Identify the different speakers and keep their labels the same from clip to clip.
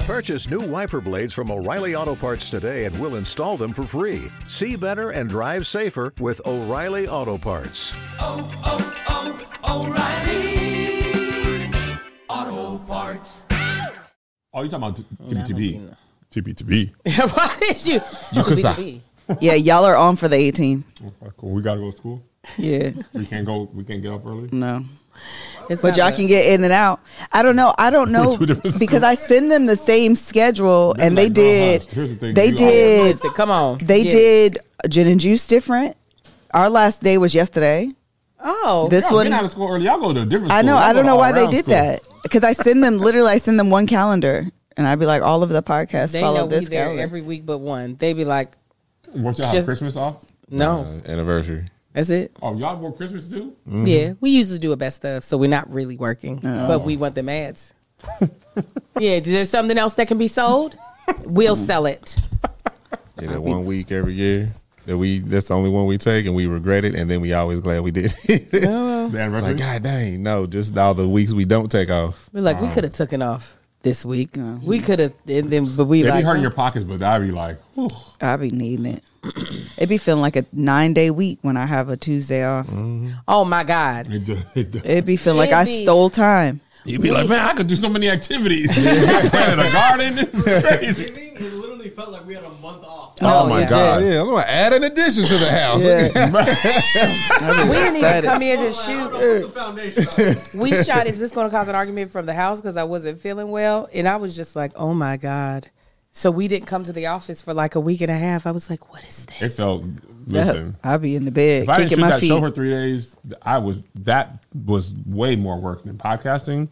Speaker 1: Purchase new wiper blades from O'Reilly Auto Parts today and we'll install them for free. See better and drive safer with O'Reilly Auto Parts.
Speaker 2: oh, oh, O'Reilly Auto Parts.
Speaker 3: Oh, you talking about TBTB?
Speaker 4: Never
Speaker 3: TBTB.
Speaker 4: Why did you? You
Speaker 3: could say.
Speaker 5: Yeah, y'all are on for the 18.
Speaker 3: Okay, cool. We gotta go to school.
Speaker 5: Yeah,
Speaker 3: We can't go. We can't get up early.
Speaker 5: no.
Speaker 4: It's
Speaker 5: But
Speaker 4: not
Speaker 5: y'all
Speaker 4: good.
Speaker 5: can get in and out. I don't know. I don't know
Speaker 3: two different
Speaker 5: because I send them the same schedule
Speaker 3: They're
Speaker 5: and they
Speaker 3: like, "Girl,
Speaker 5: did.
Speaker 3: hush." Here's the thing,
Speaker 5: They
Speaker 3: you
Speaker 5: did.
Speaker 4: Listen, come on.
Speaker 5: They
Speaker 4: Yeah.
Speaker 5: did gin and juice different. Our last day was yesterday.
Speaker 4: Oh,
Speaker 5: This
Speaker 3: Y'all
Speaker 5: one,
Speaker 3: Get out of school early. Y'all go to a different.
Speaker 5: I
Speaker 3: school.
Speaker 5: know.
Speaker 3: Y'all
Speaker 5: I
Speaker 3: go
Speaker 5: don't
Speaker 3: to
Speaker 5: know why they
Speaker 3: all-around
Speaker 5: did
Speaker 3: school.
Speaker 5: that because I send them literally. I send them one calendar, and I'd be like, all of the podcasts
Speaker 4: they
Speaker 5: follow
Speaker 4: know we
Speaker 5: this
Speaker 4: there
Speaker 5: calendar.
Speaker 4: every week but one. They be like,
Speaker 3: What y'all have
Speaker 4: Just-
Speaker 3: Christmas off?
Speaker 4: no,
Speaker 6: Uh, anniversary. Mm-hmm.
Speaker 4: that's it.
Speaker 3: Oh, y'all work Christmas too?
Speaker 4: Yeah, we usually do a best of, so we're not really working, but we want them ads. yeah, is there something else that can be sold? We'll
Speaker 5: Mm.
Speaker 4: sell it.
Speaker 6: Yeah, that one week every year that we that's the only one we take and we regret it and then we always glad we did. it.
Speaker 5: Oh.
Speaker 3: The anniversary.
Speaker 6: like God dang, no, just all the weeks we don't take off.
Speaker 4: We're like, we could have took it off this week. We could have, and then but we
Speaker 3: It'd
Speaker 4: like,
Speaker 3: be hurting your pockets, but I'd be like, whew.
Speaker 5: I'd be needing it. It'd be feeling like a nine day week when I have a Tuesday off.
Speaker 4: oh my god,
Speaker 3: It do- it do-
Speaker 5: It'd be feeling like
Speaker 4: It'd
Speaker 5: I
Speaker 4: be-
Speaker 5: stole time.
Speaker 3: You'd be like, man, I could do so many activities. Planted a garden. This is crazy.
Speaker 2: It literally felt like we had a month off.
Speaker 6: Oh,
Speaker 4: Oh,
Speaker 6: my
Speaker 4: yeah.
Speaker 6: God. Yeah, I'm gonna add an addition to the house.
Speaker 5: Yeah.
Speaker 4: we didn't even come here to
Speaker 2: Hold
Speaker 4: shoot.
Speaker 2: on, what's the foundation?
Speaker 4: We shot. Is this going to cause an argument from the house? Because I wasn't feeling well, and I was just like, oh my god. So we didn't come to the office for like a week and a half. I was like, what is this?
Speaker 3: It felt.
Speaker 5: I'd,
Speaker 3: Listen,
Speaker 5: I'd be in the bed
Speaker 3: if I didn't shoot
Speaker 5: kicking my
Speaker 3: that show for
Speaker 5: feet.
Speaker 3: three days, I was that was way more work than podcasting.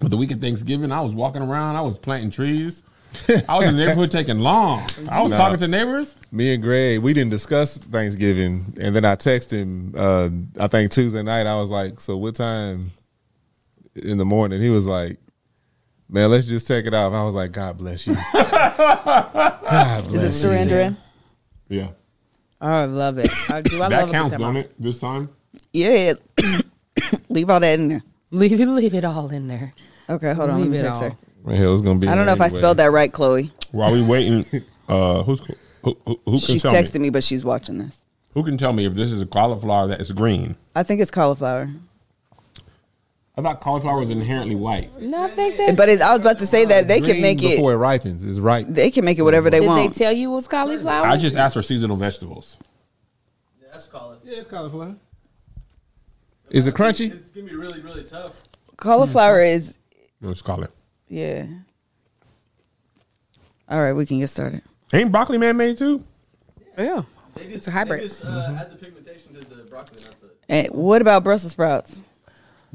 Speaker 3: But the week of Thanksgiving, I was walking around. I was planting trees. I was in the neighborhood taking long. I was talking to neighbors.
Speaker 6: Me and Greg, we didn't discuss Thanksgiving, and then I texted him. Uh, I think Tuesday night, I was like, "So what time in the morning?" He was like, "Man, let's just take it off." I was like, "God bless you." God
Speaker 5: Is
Speaker 6: bless
Speaker 5: it
Speaker 6: you.
Speaker 5: surrendering?
Speaker 3: Yeah,
Speaker 4: Oh, I love it. I do. I love
Speaker 3: that
Speaker 4: it.
Speaker 3: counts,
Speaker 4: Tama.
Speaker 3: don't it? This time,
Speaker 5: Yeah. Leave all that in there.
Speaker 4: Leave it. Leave it all in there.
Speaker 5: Okay, hold on. Let
Speaker 4: Leave
Speaker 5: me
Speaker 4: it
Speaker 5: text
Speaker 4: all.
Speaker 5: her.
Speaker 6: Man, hell, it's gonna be.
Speaker 5: I don't know if I spelled that right, Chloe.
Speaker 3: while we waiting, uh, who's who, who, who can
Speaker 5: She's
Speaker 3: tell
Speaker 5: texting
Speaker 3: me?
Speaker 5: me, but she's watching this.
Speaker 3: Who can tell me if this is a cauliflower that is green?
Speaker 5: I think it's cauliflower.
Speaker 3: I thought cauliflower was inherently white.
Speaker 4: No, I think that.
Speaker 5: But it's, I was about to say that they
Speaker 6: Green
Speaker 5: can make it.
Speaker 6: before it ripens. It's ripe.
Speaker 5: They can make it whatever they
Speaker 4: Did they
Speaker 5: want.
Speaker 4: tell you it was cauliflower?
Speaker 3: I just asked for seasonal vegetables.
Speaker 2: That's call it.
Speaker 3: Yeah, it's cauliflower.
Speaker 6: Is it crunchy?
Speaker 2: It's gonna be really, really tough.
Speaker 5: cauliflower is
Speaker 3: Let's call it.
Speaker 5: yeah. All right, we can get started.
Speaker 3: Ain't broccoli man made too?
Speaker 4: yeah.
Speaker 2: They just,
Speaker 4: It's a hybrid.
Speaker 2: They just uh, add the pigmentation to the broccoli, not the.
Speaker 5: And what about Brussels sprouts?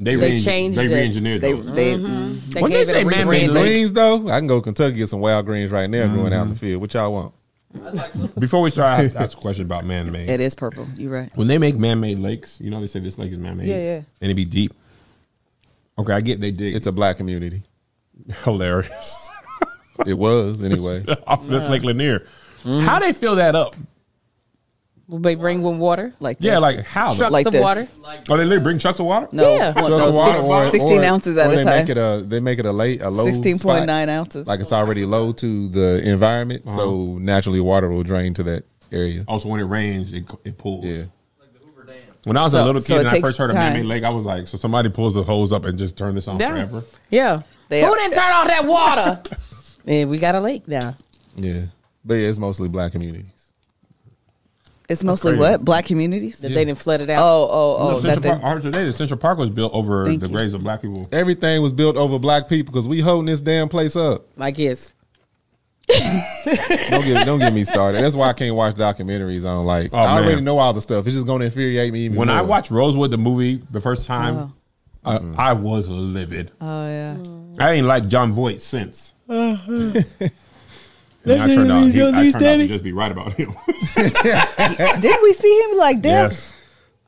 Speaker 3: They,
Speaker 4: They
Speaker 3: re-
Speaker 4: changed
Speaker 3: They
Speaker 4: it.
Speaker 3: re-engineered
Speaker 5: They
Speaker 3: those.
Speaker 5: they
Speaker 4: They
Speaker 3: When they
Speaker 4: gave it
Speaker 3: say
Speaker 4: a
Speaker 3: man-made
Speaker 4: rebrand.
Speaker 6: Greens though, I can go Kentucky get some wild greens right now going
Speaker 5: Mm-hmm.
Speaker 6: out in the field. What y'all want?
Speaker 3: Before we start, I have to ask a question about man-made.
Speaker 5: it is purple. You're right.
Speaker 3: when they make man-made lakes, you know they say this lake is man-made.
Speaker 5: Yeah, yeah.
Speaker 3: And it be deep. Okay, I get they dig.
Speaker 6: It's
Speaker 3: It's
Speaker 6: a black community.
Speaker 3: hilarious.
Speaker 6: It was anyway.
Speaker 3: Off this Lake Lanier,
Speaker 5: Mm-hmm.
Speaker 3: how they fill that up?
Speaker 4: Will they bring one water?
Speaker 5: Like
Speaker 3: Yeah,
Speaker 5: this.
Speaker 3: like how?
Speaker 4: Trucks
Speaker 5: Like
Speaker 4: of
Speaker 5: this.
Speaker 4: water?
Speaker 3: oh, they literally bring trucks of water.
Speaker 5: no,
Speaker 4: Yeah.
Speaker 5: one- no,
Speaker 6: Just water
Speaker 5: six-
Speaker 6: or-
Speaker 5: sixteen
Speaker 6: or-
Speaker 5: ounces
Speaker 6: or
Speaker 5: at a
Speaker 6: they
Speaker 5: time.
Speaker 6: Make it a, they make it a late a low
Speaker 5: Sixteen point nine
Speaker 6: spot.
Speaker 5: ounces.
Speaker 6: Like it's already low to the environment,
Speaker 5: Uh-huh.
Speaker 6: so naturally water will drain to that area.
Speaker 3: Also, when it rains, it, it pools.
Speaker 6: Yeah,
Speaker 3: When I was a
Speaker 5: So-
Speaker 3: little kid
Speaker 5: so it
Speaker 3: and I
Speaker 5: takes
Speaker 3: first heard of
Speaker 5: time.
Speaker 3: man-made lake, I was like, so somebody pulls the hose up and just turn this on
Speaker 4: Yeah.
Speaker 3: forever.
Speaker 4: Yeah.
Speaker 5: They
Speaker 4: Who
Speaker 5: are-
Speaker 4: didn't turn off that water? and we got a lake now.
Speaker 6: yeah, but yeah, it's mostly black communities.
Speaker 5: it's mostly
Speaker 3: crazy.
Speaker 5: what black communities.
Speaker 4: That they didn't flood it out.
Speaker 5: Oh, oh, oh!
Speaker 3: Central Park,
Speaker 5: That they-
Speaker 3: I heard today that Central Park was built over
Speaker 5: Thank
Speaker 3: the
Speaker 5: you.
Speaker 3: graves of black people.
Speaker 6: Everything was built over black people because we holding this damn place up.
Speaker 4: Like yes.
Speaker 6: Don't get don't get me started. That's why I can't watch documentaries on like
Speaker 3: Oh,
Speaker 6: I already
Speaker 3: man.
Speaker 6: know all the stuff. It's just gonna infuriate me even
Speaker 3: When I
Speaker 6: more.
Speaker 3: watched Rosewood the movie the first time,
Speaker 5: Uh-huh.
Speaker 3: I, I was livid.
Speaker 5: oh yeah.
Speaker 4: Mm.
Speaker 3: I ain't like John Voight since.
Speaker 5: Uh-huh.
Speaker 3: and I turned out, he, I turned out to just be right about him.
Speaker 5: Didn't we see him like death?
Speaker 3: yes,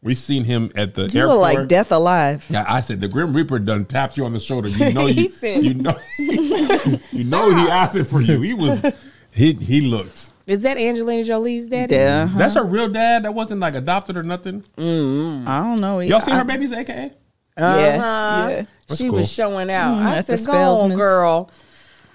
Speaker 3: we seen him at the
Speaker 5: You
Speaker 3: airport.
Speaker 5: look like death alive.
Speaker 3: Yeah, I said the Grim Reaper done taps you on the shoulder. You know you,
Speaker 4: He said-
Speaker 3: you know you know he asked it for you. He was he he looked.
Speaker 4: Is that Angelina Jolie's daddy?
Speaker 5: Yeah, huh?
Speaker 3: That's her real dad. That wasn't like adopted or nothing.
Speaker 6: Mm-hmm.
Speaker 5: I don't know.
Speaker 3: Y'all seen
Speaker 5: I-
Speaker 3: her babies, AKA?
Speaker 5: Yeah,
Speaker 4: Uh-huh.
Speaker 5: yeah.
Speaker 4: She
Speaker 3: cool.
Speaker 4: was showing out.
Speaker 5: Mm,
Speaker 4: I
Speaker 5: at the
Speaker 4: said, "Go on,
Speaker 5: Spelmans.
Speaker 4: girl."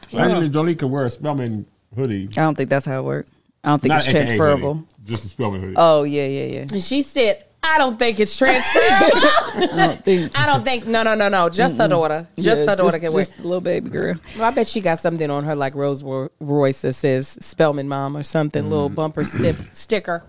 Speaker 3: So Angelina Jolie could wear a Spellman hoodie.
Speaker 5: I don't think that's how it works. I don't think
Speaker 3: Not
Speaker 5: it's
Speaker 3: AKA
Speaker 5: transferable.
Speaker 3: hoodie, just a Spellman hoodie.
Speaker 5: Oh yeah, yeah, yeah.
Speaker 4: And she said, I don't think it's transferable.
Speaker 5: I don't think.
Speaker 4: I don't think, no, no, no, no. Just her daughter. Just
Speaker 5: yeah,
Speaker 4: her daughter can wear
Speaker 5: Just a little baby girl.
Speaker 4: Well, I bet she got something on her like Rose Ro- Royce that says Spellman Mom or something, little
Speaker 3: Mm.
Speaker 4: bumper stip, sticker.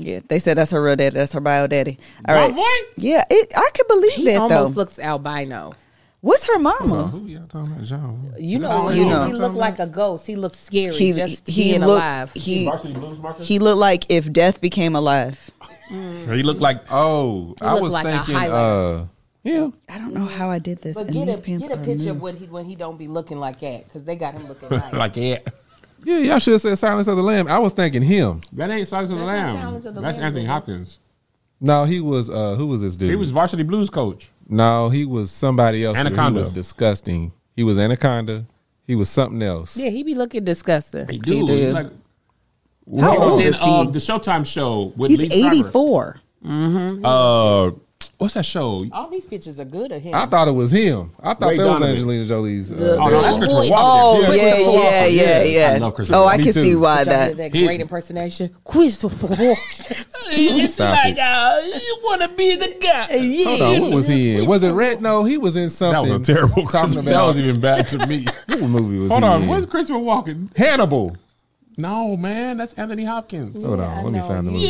Speaker 5: Yeah, they said that's her real daddy. That's her bio daddy. All
Speaker 3: My
Speaker 5: right. Yeah, it, I can believe
Speaker 4: He
Speaker 5: that though.
Speaker 4: almost looks albino.
Speaker 5: What's her mama?
Speaker 3: Who y'all talking about? John.
Speaker 4: You know, what
Speaker 5: you
Speaker 4: he,
Speaker 5: know.
Speaker 4: he looked like a ghost. He looked scary
Speaker 5: He
Speaker 4: just
Speaker 5: he
Speaker 4: being
Speaker 5: looked
Speaker 4: alive.
Speaker 5: he
Speaker 3: Varsity Blues marker?
Speaker 5: he looked like if death became alive.
Speaker 3: He looked like
Speaker 6: Oh, I
Speaker 4: look
Speaker 6: was
Speaker 4: like a
Speaker 6: thinking.
Speaker 4: highlighter.
Speaker 6: Uh, yeah,
Speaker 5: I don't know how I did this.
Speaker 4: but
Speaker 5: and
Speaker 4: get
Speaker 5: these
Speaker 4: a,
Speaker 5: pants
Speaker 4: get a
Speaker 5: are
Speaker 4: picture
Speaker 5: new.
Speaker 4: of what he, when he don't be looking like that because they got him looking like,
Speaker 3: like yeah.
Speaker 6: yeah, y'all should have said Silence of the Lamb. I was thinking him.
Speaker 3: That ain't Silence of the
Speaker 4: That's not
Speaker 3: Lamb.
Speaker 4: Silence of the
Speaker 3: That's
Speaker 4: Lambs,
Speaker 3: Anthony
Speaker 4: is it?
Speaker 3: Hopkins.
Speaker 6: No, he was. uh Who was this dude?
Speaker 3: He was varsity blues coach.
Speaker 6: No, he was somebody else. He
Speaker 3: Anaconda.
Speaker 6: was disgusting. He was Anaconda. He was something else.
Speaker 4: Yeah, he be looking disgusting.
Speaker 3: He do.
Speaker 5: did.
Speaker 3: Like,
Speaker 5: How
Speaker 3: he was
Speaker 5: old
Speaker 3: in
Speaker 5: is
Speaker 3: uh,
Speaker 5: he?
Speaker 3: the Showtime show with
Speaker 5: He's
Speaker 3: Lee
Speaker 5: eighty
Speaker 3: Schreiber.
Speaker 5: four.
Speaker 3: Uh, what's that show?
Speaker 4: All these pictures are good of him.
Speaker 6: I thought it was him. I thought
Speaker 3: Ray
Speaker 6: that
Speaker 3: Donovan.
Speaker 6: was Angelina Jolie's.
Speaker 3: Oh, no, that's
Speaker 6: Uh,
Speaker 3: Christopher Walken.
Speaker 5: Oh
Speaker 6: Yeah,
Speaker 5: yeah,
Speaker 6: Christopher
Speaker 5: yeah,
Speaker 6: Walken,
Speaker 5: yeah,
Speaker 6: yeah.
Speaker 5: yeah.
Speaker 3: I love Christopher
Speaker 5: oh, I
Speaker 3: Walken.
Speaker 5: can
Speaker 6: Me
Speaker 5: see
Speaker 6: too.
Speaker 5: why
Speaker 4: Y'all hear
Speaker 5: that.
Speaker 4: that
Speaker 3: He-
Speaker 4: great impersonation. Christopher Walken. it's
Speaker 6: Stop it.
Speaker 4: uh, you want to be the guy. Yeah.
Speaker 6: Hold on, what was he in? Was it Red? No, he was in
Speaker 3: That
Speaker 6: something.
Speaker 3: was a terrible.
Speaker 6: Talking
Speaker 3: that
Speaker 6: about
Speaker 3: was even bad to me.
Speaker 6: what movie was
Speaker 3: Hold
Speaker 6: he
Speaker 3: on,
Speaker 6: in?
Speaker 3: where's Christopher Walken?
Speaker 6: Hannibal?
Speaker 3: No, man, that's Anthony Hopkins.
Speaker 6: Hold on, let me find the movie.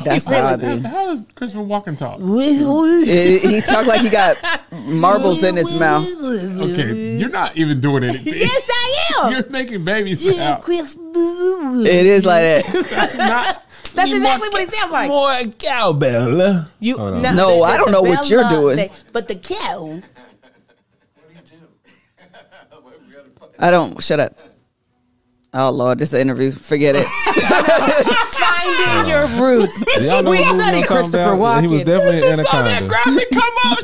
Speaker 5: That's how I
Speaker 3: How,
Speaker 5: be.
Speaker 3: how does Christopher Walken talk?
Speaker 5: He he talked like he got marbles in his mouth.
Speaker 3: Okay, you're not even doing anything.
Speaker 4: Yes, I am.
Speaker 3: You're making baby sound.
Speaker 5: It is like that.
Speaker 3: That's not.
Speaker 4: That's
Speaker 3: you
Speaker 4: exactly
Speaker 3: want
Speaker 4: what it sounds like.
Speaker 3: More cowbell.
Speaker 4: You no,
Speaker 5: No, I don't know what you're doing.
Speaker 4: but the cow.
Speaker 5: I don't. Shut up. Oh Lord, this interview. Forget it.
Speaker 4: Finding your roots.
Speaker 6: Y'all know
Speaker 4: we
Speaker 6: what
Speaker 4: studied
Speaker 6: movie I'm talking
Speaker 4: Christopher
Speaker 6: about?
Speaker 4: Walken.
Speaker 6: He was definitely in
Speaker 3: saw that
Speaker 6: Anaconda.
Speaker 3: graphic come up.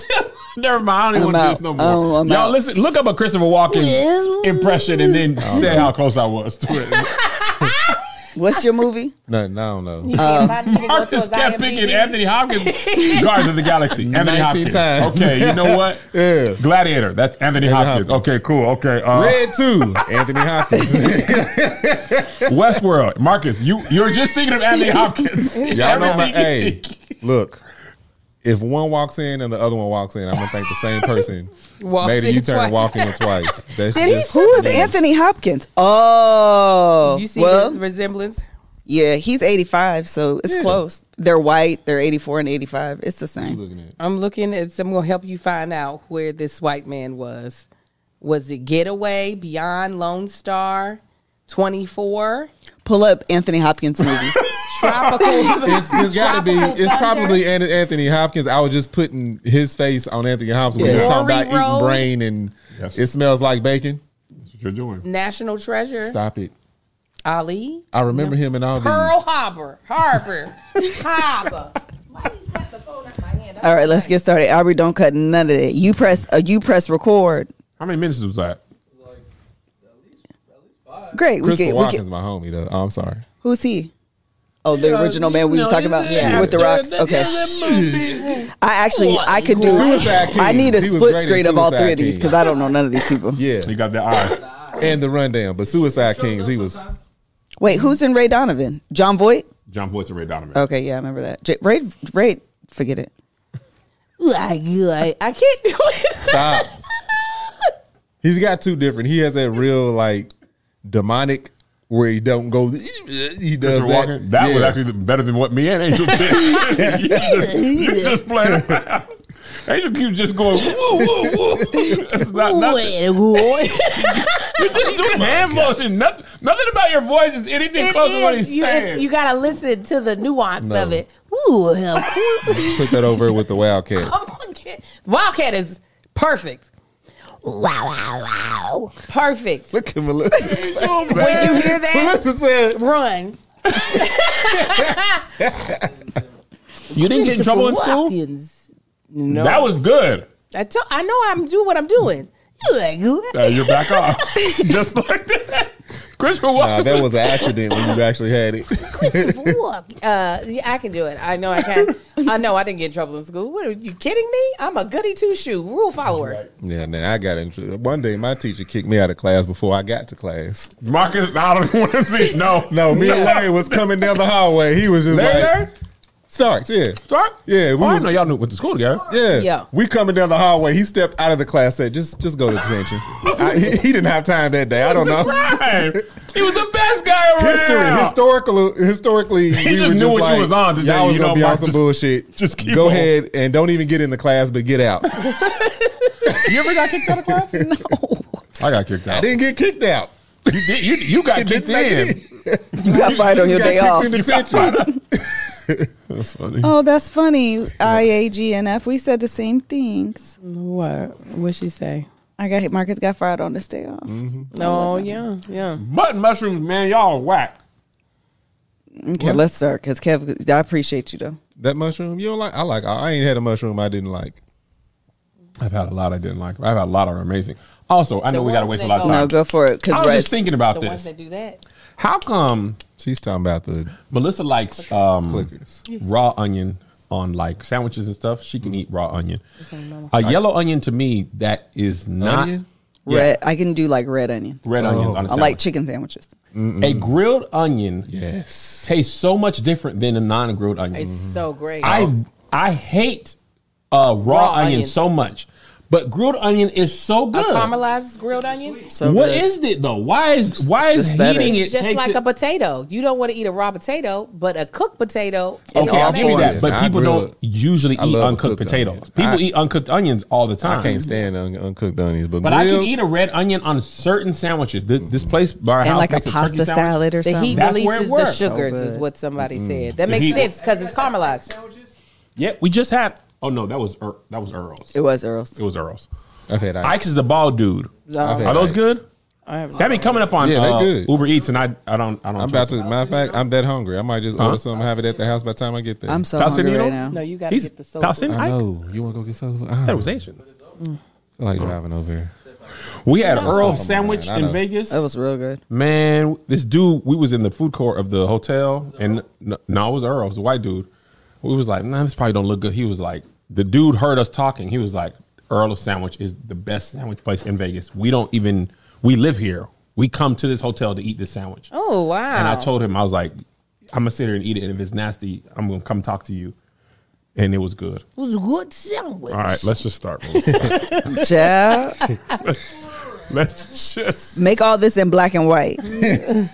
Speaker 3: Never mind. I don't even
Speaker 5: I'm
Speaker 3: want to do
Speaker 5: out.
Speaker 3: this no
Speaker 5: Oh,
Speaker 3: more.
Speaker 5: I'm
Speaker 3: Y'all
Speaker 5: out.
Speaker 3: listen. Look up a Christopher Walken impression and then say how close I was to it.
Speaker 5: What's your movie?
Speaker 6: Nothing. I don't know.
Speaker 5: Uh,
Speaker 3: Mark just kept picking Anthony Hopkins. Guardians of the Galaxy. Anthony
Speaker 6: 19
Speaker 3: Hopkins.
Speaker 6: times.
Speaker 3: Okay, you know what?
Speaker 6: Yeah.
Speaker 3: Gladiator. That's Anthony Hopkins.
Speaker 6: Hopkins.
Speaker 3: Okay, cool. Okay. Uh,
Speaker 6: Red too. Anthony Hopkins.
Speaker 3: Westworld. Marcus, you you're just thinking of Anthony Hopkins.
Speaker 6: Y'all know
Speaker 3: Everything
Speaker 6: my.
Speaker 3: you
Speaker 6: Hey,
Speaker 3: think.
Speaker 6: look. If one walks in and the other one walks in, I'm gonna think the same person
Speaker 4: Walks
Speaker 6: made a
Speaker 4: in
Speaker 6: U-turn
Speaker 4: twice.
Speaker 6: and walked in twice. That's
Speaker 4: Did he
Speaker 6: just-
Speaker 5: Who is Anthony Hopkins? Oh,
Speaker 4: You see
Speaker 5: well,
Speaker 4: the resemblance?
Speaker 5: yeah, he's 85, so it's close. They're white, they're 84 and 85. It's the same.
Speaker 6: looking at?
Speaker 4: I'm looking at. I'm gonna help you find out where this white man was. Was it Getaway, Beyond, Lone Star, Twenty Four,
Speaker 5: Pull up Anthony Hopkins movies.
Speaker 4: Tropical?
Speaker 6: It's, it's got to be.
Speaker 4: Tropical
Speaker 6: It's
Speaker 4: Thunder?
Speaker 6: probably An- Anthony Hopkins. I was just putting his face on Anthony Hopkins when he was
Speaker 4: Yeah.
Speaker 6: talking about
Speaker 4: Glory Road.
Speaker 6: eating brain and
Speaker 3: Yes.
Speaker 6: it smells like bacon.
Speaker 3: That's what you're doing.
Speaker 4: National Treasure,
Speaker 6: Stop it.
Speaker 4: Ali,
Speaker 6: I remember him in all
Speaker 4: Pearl
Speaker 6: these.
Speaker 4: Harbor, Harbor, Harbor. Why you slap the phone out my hand?
Speaker 5: All right, let's get started. Aubrey, don't cut none of that. You press, uh, you press record.
Speaker 3: How many minutes was that?
Speaker 2: Like, at least, at least five.
Speaker 5: Great. We
Speaker 6: Christopher
Speaker 5: get, we get,
Speaker 6: Walken's my homie though. Oh, I'm sorry.
Speaker 5: who's he? Oh, the original man we was talking about
Speaker 4: yeah.
Speaker 5: with the rocks. Okay, I actually I could do.
Speaker 6: Suicide
Speaker 5: I
Speaker 6: King.
Speaker 5: need a
Speaker 6: He was
Speaker 5: split
Speaker 6: great in
Speaker 5: screen of all
Speaker 6: Suicide
Speaker 5: three of these
Speaker 6: King.
Speaker 5: because I don't know none of these people.
Speaker 6: Yeah,
Speaker 3: You got that eye.
Speaker 6: and the rundown. But Suicide Kings, he was.
Speaker 5: Wait, who's in Ray Donovan? John Voight.
Speaker 3: John Voight and Ray Donovan.
Speaker 5: Okay, yeah, I remember that. J- Ray, Ray, forget it.
Speaker 4: I, I can't do it.
Speaker 6: Stop. He's got two different. He has that real like demonic where he don't go. He does
Speaker 3: Christopher
Speaker 6: that.
Speaker 3: Walken. That was
Speaker 6: Yeah.
Speaker 3: actually better than what me and Angel did. you just, you just playing around. Angel keeps just going woo woo woo. It's not nothing. You're just doing hand motion. Nothing, nothing about your voice is anything close to what he's
Speaker 4: you,
Speaker 3: saying.
Speaker 4: you gotta listen to the nuance
Speaker 6: No.
Speaker 4: of it. Ooh, hell.
Speaker 6: Put that over with the Wildcat.
Speaker 4: Wildcat. Oh Wildcat is perfect. Wow, wow, wow. Perfect.
Speaker 6: Look at Melissa.
Speaker 3: Oh, man.
Speaker 4: When you hear that,
Speaker 6: Melissa said,
Speaker 4: run.
Speaker 3: You didn't get in trouble in school.
Speaker 4: Watkins. No.
Speaker 3: That was good.
Speaker 4: I, to- I know I'm doing what I'm doing. You ain't good.
Speaker 3: Uh, you're back off, just like that. Christopher
Speaker 6: nah,
Speaker 3: Walken.
Speaker 6: that was an accident when you actually had it.
Speaker 4: Walk. Uh, yeah, I can do it. I know I can. I know I didn't get in trouble in school. What are you kidding me? I'm a goody two shoe rule follower.
Speaker 6: Yeah, man, I got in. tr- One day, my teacher kicked me out of class before I got to class.
Speaker 3: Marcus, I don't want to see. No,
Speaker 6: No, me and Larry was coming down the hallway. He was just
Speaker 3: Larry, Larry?
Speaker 6: like, "Starks, yeah,
Speaker 3: Sorry?
Speaker 6: Yeah, we
Speaker 3: oh,
Speaker 6: was-
Speaker 3: I know y'all knew went to school together.
Speaker 6: yeah."
Speaker 4: Yeah.
Speaker 6: We coming down the hallway. He stepped out of the class. Said, "Just, just go to detention." I, he, he didn't have time that day. I don't know.
Speaker 3: Right. He was the best guy around.
Speaker 6: History, historical, historically, he
Speaker 3: just knew what you was on today,
Speaker 6: Y'all was
Speaker 3: you know,
Speaker 6: gonna be on
Speaker 3: Mark,
Speaker 6: some
Speaker 3: just-
Speaker 6: bullshit.
Speaker 3: just keep
Speaker 6: go
Speaker 3: on."
Speaker 6: ahead and don't even get in the class, but get out. I
Speaker 3: You ever got kicked out of class? no. I got kicked out.
Speaker 6: didn't get kicked out.
Speaker 3: You, did- you, you got kicked
Speaker 6: Didn't make it
Speaker 3: in.
Speaker 5: You got fired on your
Speaker 6: got
Speaker 5: day
Speaker 6: kicked
Speaker 5: off.
Speaker 6: in detention.
Speaker 3: That's funny.
Speaker 5: Oh, that's funny. I A G and F. We said the same things.
Speaker 4: What? What she say?
Speaker 5: I got hit. Marcus got fired on this day off.
Speaker 4: No, yeah, yeah.
Speaker 3: Mutton mushrooms, man, y'all are whack.
Speaker 5: Okay, let's start because Kev. I appreciate you though.
Speaker 6: that mushroom you don't like? I like. I ain't had a mushroom I didn't like.
Speaker 3: I've had a lot I didn't like. I've had a lot that are amazing. Also, I know
Speaker 4: The
Speaker 3: we got to
Speaker 4: ones
Speaker 3: waste a
Speaker 4: that
Speaker 3: lot of
Speaker 4: go-
Speaker 3: time.
Speaker 5: No, go for it.
Speaker 3: I
Speaker 5: Because
Speaker 3: was just thinking about
Speaker 4: The ones
Speaker 3: this.
Speaker 4: that do that.
Speaker 3: How come
Speaker 6: She's talking about the
Speaker 3: Melissa likes um,
Speaker 6: clickers.
Speaker 3: raw onion on like sandwiches and stuff? She can eat raw onion. A yellow onion to me that is not
Speaker 6: Onion?
Speaker 3: Yeah,
Speaker 5: red. I can do like red onion.
Speaker 3: red onions on a
Speaker 5: I
Speaker 3: sandwich.
Speaker 5: like chicken sandwiches.
Speaker 3: a grilled onion
Speaker 6: Yes.
Speaker 3: tastes so much different than a non-grilled onion.
Speaker 4: It's so great.
Speaker 3: Mm-hmm. I I hate uh, raw,
Speaker 4: Raw
Speaker 3: onion
Speaker 4: onions.
Speaker 3: so much, but grilled onion is so
Speaker 4: a
Speaker 3: good.
Speaker 4: caramelized grilled onions.
Speaker 5: So
Speaker 3: What
Speaker 5: good.
Speaker 3: is it though? Why is why is
Speaker 5: Just better.
Speaker 3: heating it
Speaker 4: Just
Speaker 3: takes
Speaker 4: like
Speaker 3: it-
Speaker 4: a potato. You don't want to eat a raw potato, but a cooked potato. and
Speaker 3: Okay,
Speaker 4: all
Speaker 3: I'll give you that.
Speaker 6: forms.
Speaker 3: But
Speaker 6: I
Speaker 3: people
Speaker 6: grill
Speaker 3: don't
Speaker 6: it.
Speaker 3: usually
Speaker 6: I
Speaker 3: eat
Speaker 6: love
Speaker 3: uncooked
Speaker 6: cooked
Speaker 3: potatoes.
Speaker 6: onions.
Speaker 3: People
Speaker 6: I-
Speaker 3: eat uncooked onions all the time.
Speaker 6: I can't stand un- uncooked onions, but,
Speaker 3: But I can
Speaker 6: grilled,
Speaker 3: eat a red onion on certain sandwiches. This, this place, bar
Speaker 5: And
Speaker 3: house
Speaker 5: like a
Speaker 3: makes turkey
Speaker 5: pasta
Speaker 3: sandwich.
Speaker 5: salad or
Speaker 4: The heat
Speaker 5: something.
Speaker 3: That's where it
Speaker 4: releases the
Speaker 3: works. Mm-hmm.
Speaker 4: sugars,
Speaker 5: So
Speaker 4: is
Speaker 5: good.
Speaker 4: what somebody said.
Speaker 3: The
Speaker 4: That makes
Speaker 3: heat-
Speaker 4: sense because it's caramelized.
Speaker 2: Sandwiches?
Speaker 3: Yeah, we just had. Oh no, that was Ear- that was Earl's.
Speaker 5: It was Earl's.
Speaker 3: It was Earl's.
Speaker 6: I've had ice.
Speaker 3: Ike's is the bald dude.
Speaker 6: I've had
Speaker 3: Are those
Speaker 6: ice.
Speaker 3: good? That be coming up on
Speaker 6: Yeah, they
Speaker 3: uh,
Speaker 6: good.
Speaker 3: Uber Eats, and I I don't I don't.
Speaker 6: I'm about
Speaker 3: trust
Speaker 6: to.
Speaker 3: it.
Speaker 6: Matter of fact, I'm that hungry. I might just
Speaker 3: Huh?
Speaker 6: order something, have it at the house by the time I get there.
Speaker 5: I'm so
Speaker 3: Palestinian
Speaker 5: hungry right
Speaker 3: noodle?
Speaker 5: now.
Speaker 4: No, you got to
Speaker 3: He's
Speaker 4: get the soul.
Speaker 3: Palestinian.
Speaker 6: I
Speaker 3: Ike?
Speaker 6: know you want to go get some.
Speaker 3: I thought it was Asian.
Speaker 6: like driving over here.
Speaker 3: We had an Earl
Speaker 6: talking about
Speaker 3: sandwich
Speaker 6: it. I
Speaker 3: in
Speaker 6: know.
Speaker 3: Vegas.
Speaker 5: That was real good.
Speaker 3: Man, this dude, we was in the food court of the hotel, and no, no, it was Earl, it was a white dude. We was like, nah, this probably don't look good. He was like, the dude heard us talking. He was like, Earl's Sandwich is the best sandwich place in Vegas. We don't even, we live here. We come to this hotel to eat this sandwich.
Speaker 4: Oh wow!
Speaker 3: And I told him, I was like, I'm gonna sit here and eat it, and if it's nasty, I'm gonna come talk to you. And it was good.
Speaker 4: it was a good sandwich.
Speaker 3: All right, let's just start. Melissa.
Speaker 5: Jeff,
Speaker 3: let's just.
Speaker 5: make all this in black and white. now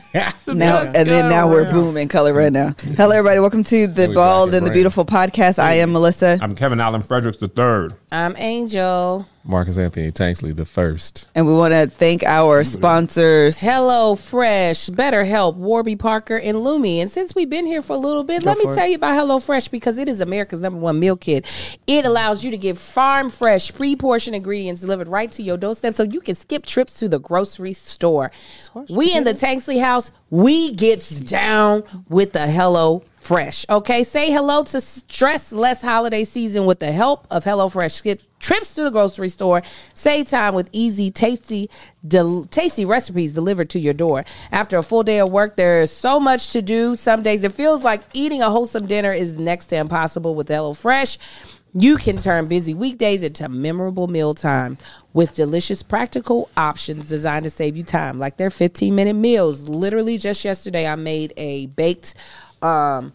Speaker 5: and then now we're booming color right now. Hello, everybody. Welcome to the
Speaker 6: Really
Speaker 5: Bald
Speaker 6: black and
Speaker 5: and the
Speaker 6: brown.
Speaker 5: Beautiful podcast. I am Melissa,
Speaker 3: I'm Kevin Allen Fredericks the third.
Speaker 4: I'm Angel.
Speaker 6: Marcus Anthony Tanksley, the first.
Speaker 5: and we want to thank our sponsors.
Speaker 4: Hello Fresh, BetterHelp, Warby Parker, and Lumi. And since we've been here for a little bit, let me
Speaker 5: for it.
Speaker 4: tell you about Hello Fresh because it is America's number one meal kit. It allows you to get farm fresh, pre-portioned ingredients delivered right to your doorstep, so you can skip trips to the grocery store. We in the Tanksley house, we gets down with the Hello Fresh. Okay, say hello to stress less holiday season with the help of HelloFresh. Skip trips to the grocery store, save time with easy, tasty, del- tasty recipes delivered to your door. After a full day of work, there is so much to do. Some days it feels like eating a wholesome dinner is next to impossible with HelloFresh. You can turn busy weekdays into memorable mealtime with delicious practical options designed to save you time, like their 15 minute meals. Literally, just yesterday, I made a baked um,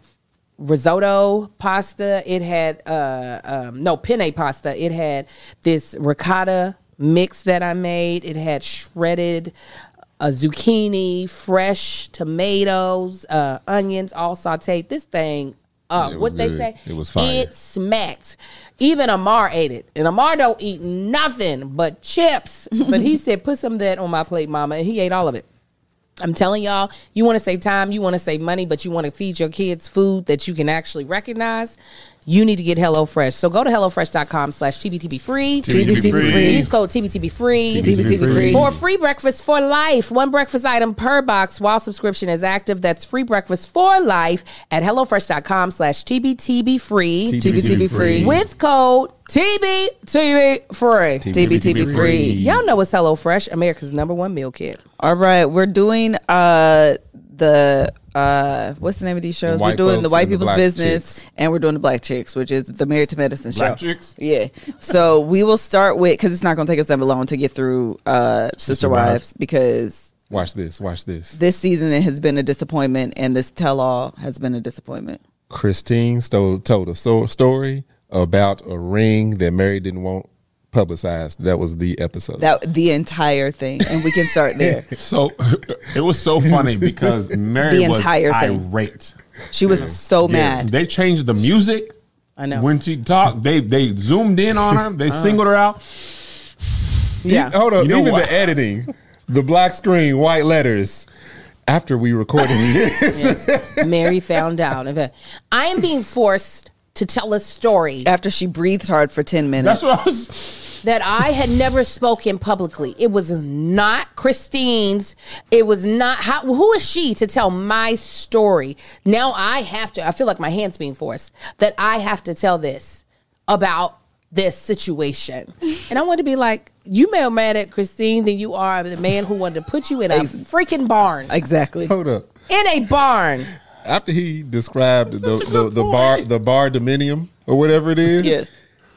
Speaker 4: risotto pasta. It had, uh, um, no, penne pasta. It had this ricotta mix that I made, it had shredded a zucchini, fresh tomatoes, uh, onions, all sauteed. This thing, uh,
Speaker 6: It was
Speaker 4: what they
Speaker 6: good.
Speaker 4: say,
Speaker 6: It was fire.
Speaker 4: It smacked. Even Amar ate it, and Amar don't eat nothing but chips. but he said, "Put some of that on my plate, Mama," and he ate all of it. I'm telling y'all, you want to save time, you want to save money, but you want to feed your kids food that you can actually recognize. You need to get HelloFresh. So go to HelloFresh.com slash TBTB free.
Speaker 5: TBTB free.
Speaker 4: Use code TBTB free.
Speaker 5: TBTB free.
Speaker 4: For a free breakfast for life. One breakfast item per box while subscription is active. That's free breakfast for life at HelloFresh.com slash TBTB free.
Speaker 5: TBTB free.
Speaker 4: With code TBTB free.
Speaker 5: TBTB free.
Speaker 4: Y'all know it's HelloFresh, America's number one meal kit.
Speaker 5: All right, we're doing uh the uh, what's the name of these shows?
Speaker 6: White
Speaker 5: we're doing the
Speaker 6: Folks
Speaker 5: white
Speaker 6: and the
Speaker 5: people's
Speaker 6: Black
Speaker 5: business, and we're doing the Black Chicks, which is the Married to Medicine
Speaker 3: Black
Speaker 5: show.
Speaker 3: chicks.
Speaker 5: Yeah. So we will start with because it's not going to take us that long to get through uh, Sister
Speaker 3: Wives.
Speaker 5: Wives because
Speaker 6: Watch this. Watch this.
Speaker 5: this season it has been a disappointment, and this tell-all has been a disappointment.
Speaker 6: Christine stole, told a so- story about a ring that Mary didn't want publicized. That was the episode.
Speaker 5: That the entire thing, and we can start there.
Speaker 3: So it was so funny because Mary
Speaker 5: The
Speaker 3: was
Speaker 5: entire thing.
Speaker 3: irate.
Speaker 5: She was so mad.
Speaker 3: They changed the music.
Speaker 5: I know. Uh-huh.
Speaker 3: When she talked, they they zoomed in on her. They singled her out.
Speaker 5: yeah.
Speaker 6: Hold on.
Speaker 3: You know
Speaker 6: Even
Speaker 3: what?
Speaker 6: the editing, the black screen, white letters. After we recorded this,
Speaker 4: Mary found out. In fact, I am being forced to tell a story
Speaker 5: After she breathed hard for ten
Speaker 3: That's
Speaker 5: minutes.
Speaker 3: what I was.
Speaker 4: that I had never spoken publicly. It was not Christine's. It was not how who is she to tell my story? Now I have to I feel like my hands being forced that I have to tell this about this situation. and I want to be like you may are mad at Christine than you are the man who wanted to put you in a freaking barn.
Speaker 5: Exactly.
Speaker 6: hold up.
Speaker 4: In a barn.
Speaker 6: After he described the, the, the bar the bar dominium or whatever it is,
Speaker 5: Yes.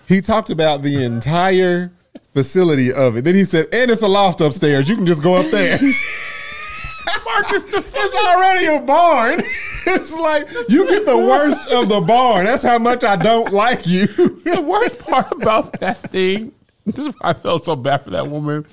Speaker 6: he talked about the entire facility of it. Then he said, "And it's a loft upstairs. You can just go up there."
Speaker 3: Marcus
Speaker 6: It's already a barn. It's like you get the worst of the barn. That's how much I don't like you.
Speaker 3: the worst part about that thing, this is why I felt so bad for that woman.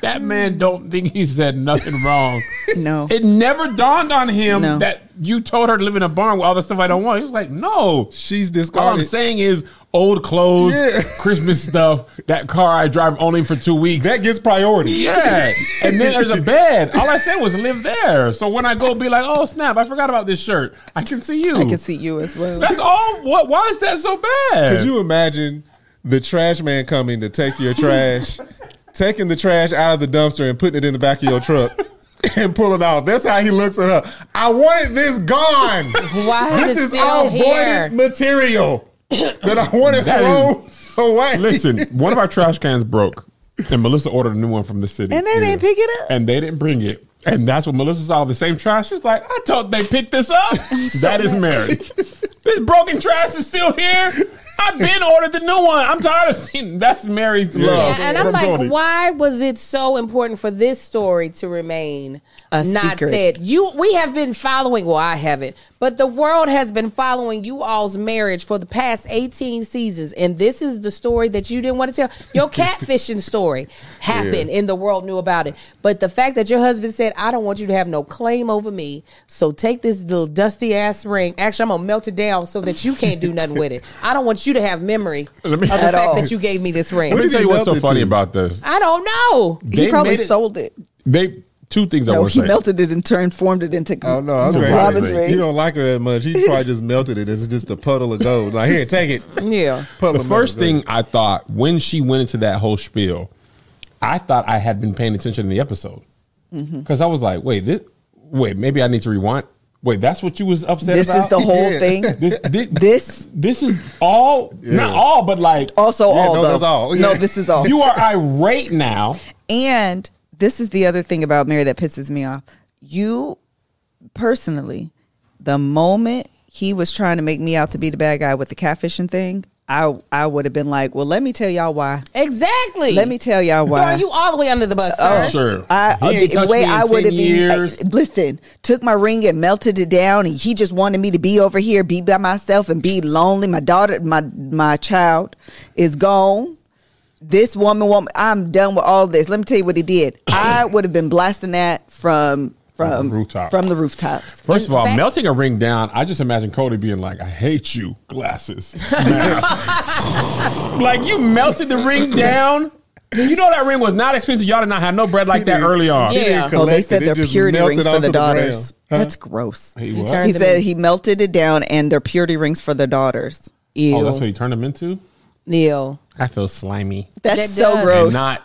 Speaker 3: That man don't think he said nothing wrong.
Speaker 5: No.
Speaker 3: It never dawned on him
Speaker 5: No.
Speaker 3: that you told her to live in a barn with all the stuff I don't want. He was like, no.
Speaker 6: She's
Speaker 3: All I'm
Speaker 6: discarded.
Speaker 3: saying is old clothes,
Speaker 6: Yeah.
Speaker 3: Christmas stuff, that car I drive only for two weeks.
Speaker 6: That gets priority.
Speaker 3: yeah. And then there's a bed. All I said was live there. So when I go be like, oh snap, I forgot about this shirt. I can see you.
Speaker 5: I can see you as well.
Speaker 3: That's all what why is that so bad?
Speaker 6: Could you imagine the trash man coming to take your trash, taking the trash out of the dumpster and putting it in the back of your truck? And pull it off. That's how he looks at her. I wanted this gone.
Speaker 4: Why is
Speaker 6: this
Speaker 4: it
Speaker 6: is
Speaker 4: still
Speaker 6: all
Speaker 4: here?
Speaker 6: voided material that I wanted
Speaker 3: That
Speaker 6: thrown away.
Speaker 3: Listen, one of our trash cans broke, and Melissa ordered a new one from the city.
Speaker 5: And they didn't pick it up.
Speaker 3: And they didn't bring it. And that's when Melissa saw the same trash. She's like, I thought they picked this up. that is marriage. this broken trash is still here. I've been ordered the new one. I'm tired of seeing that's Mary's love.
Speaker 4: Yeah, and I'm
Speaker 3: from
Speaker 4: like,
Speaker 3: Brody.
Speaker 4: why was it so important for this story to remain
Speaker 5: A
Speaker 4: not
Speaker 5: secret.
Speaker 4: said? You, we have been following. Well, I haven't, but the world has been following you all's marriage for the past 18 seasons, and this is the story that you didn't want to tell. Your catfishing story happened, and the world knew about it. But the fact that your husband said, "I don't want you to have no claim over me," so take this little dusty ass ring. Actually, I'm gonna melt it down so that you can't do nothing with it. I don't want you to have memory
Speaker 3: Let me-
Speaker 4: of the
Speaker 3: At
Speaker 4: fact
Speaker 5: all.
Speaker 4: that you gave me this ring.
Speaker 3: Let me
Speaker 6: did
Speaker 3: tell
Speaker 6: he
Speaker 3: you what's so
Speaker 6: melt it
Speaker 3: funny
Speaker 6: to?
Speaker 3: about this.
Speaker 4: I don't know.
Speaker 3: They
Speaker 5: he probably
Speaker 3: made it-
Speaker 5: sold it.
Speaker 3: They two things I
Speaker 5: No,
Speaker 3: want
Speaker 5: he
Speaker 3: to say.
Speaker 5: melted it and transformed it into
Speaker 6: Oh no, I was
Speaker 3: To
Speaker 6: ready.
Speaker 3: Robin's
Speaker 6: You
Speaker 5: ring.
Speaker 6: don't like her that much. He probably just melted it. It's just a puddle of gold. Like here, take it.
Speaker 4: Yeah.
Speaker 6: Puddle
Speaker 3: the
Speaker 6: of
Speaker 3: first
Speaker 6: gold.
Speaker 3: thing I thought when she went into that whole spiel, I thought I had been paying attention in the episode because
Speaker 5: Mm-hmm.
Speaker 3: I was like, wait, this, wait, maybe I need to rewind. Wait, that's what you was upset
Speaker 5: This is
Speaker 3: about.
Speaker 5: the whole
Speaker 6: Yeah.
Speaker 5: thing.
Speaker 3: this, this, this,
Speaker 5: This
Speaker 3: is all, not all, but like
Speaker 5: also
Speaker 6: Yeah,
Speaker 5: all
Speaker 6: no,
Speaker 5: though.
Speaker 6: that's all.
Speaker 5: No,
Speaker 6: Yeah.
Speaker 5: this is all.
Speaker 3: you are irate now.
Speaker 5: And this is the other thing about Mary that pisses me off. You personally, the moment he was trying to make me out to be the bad guy with the catfishing thing, I I would have been like, well, let me tell y'all why.
Speaker 4: Exactly.
Speaker 5: Let me tell y'all why. Oh.
Speaker 4: Throwing you all the way under the bus, sir.
Speaker 3: Sure,
Speaker 5: I,
Speaker 3: He ain't
Speaker 5: the
Speaker 3: touched
Speaker 5: way
Speaker 3: me in
Speaker 5: I
Speaker 3: 10
Speaker 5: would have been, I-
Speaker 3: years.
Speaker 5: listen, took my ring and melted it down, and he just wanted me to be over here, be by myself, and be lonely. My daughter, my my child, is gone. This woman, woman, I'm done with all this. Let me tell you what he did. I would have been blasting that from from
Speaker 3: Rooftop.
Speaker 5: from the rooftops.
Speaker 3: First of all,
Speaker 4: fact-
Speaker 3: melting a ring down, I just imagine Cody being like, I hate you, glasses. Mask." like you melted the ring down. You know that ring was not expensive. Y'all did not have no bread like that
Speaker 6: did.
Speaker 3: early on.
Speaker 4: Yeah.
Speaker 6: didn't
Speaker 5: Oh, they
Speaker 6: collect it.
Speaker 5: said
Speaker 6: It
Speaker 5: their
Speaker 6: just
Speaker 5: purity
Speaker 6: melted
Speaker 5: rings for
Speaker 6: onto
Speaker 5: the
Speaker 6: the ground.
Speaker 5: daughters. That's gross. He,
Speaker 3: What?
Speaker 4: turned them
Speaker 5: said
Speaker 4: in-
Speaker 5: he melted it down and their purity rings for the daughters.
Speaker 4: Ew.
Speaker 3: Oh, that's what you turned him into? Oh,
Speaker 4: Ew.
Speaker 3: I feel slimy.
Speaker 5: That's
Speaker 4: That
Speaker 5: so
Speaker 4: does.
Speaker 5: gross.
Speaker 3: And not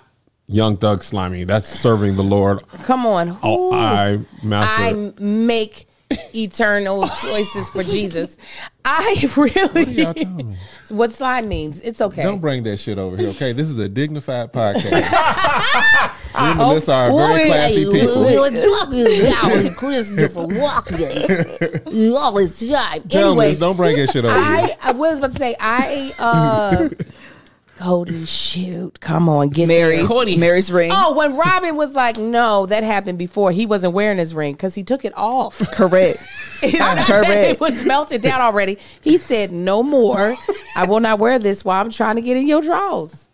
Speaker 3: young thug slimy. That's serving the Lord.
Speaker 4: Come on.
Speaker 3: Oh,
Speaker 4: Ooh.
Speaker 3: I master.
Speaker 4: I make eternal choices for Jesus. I really
Speaker 6: y'all talking about?
Speaker 4: what slide means. It's okay.
Speaker 6: Don't bring that shit over here, okay? This is a dignified podcast. Remember, this are very
Speaker 4: Hey,
Speaker 6: classy
Speaker 4: we-
Speaker 6: people.
Speaker 4: we were talking about Christopher Walken. You always jive.
Speaker 6: Gentlemen,
Speaker 4: Anyways,
Speaker 6: don't bring that shit over here.
Speaker 4: I, I was about to say I uh Cody shoot. Come on, get
Speaker 5: Mary's-
Speaker 4: there. Cody.
Speaker 5: Mary's ring.
Speaker 4: Oh, when Robin was like, "No, that happened before. He wasn't wearing his ring because he took it off.
Speaker 5: Correct.
Speaker 4: It's not that
Speaker 5: Correct.
Speaker 4: It was melted down already." He said, "No more. I will not wear this while I'm trying to get in your drawers."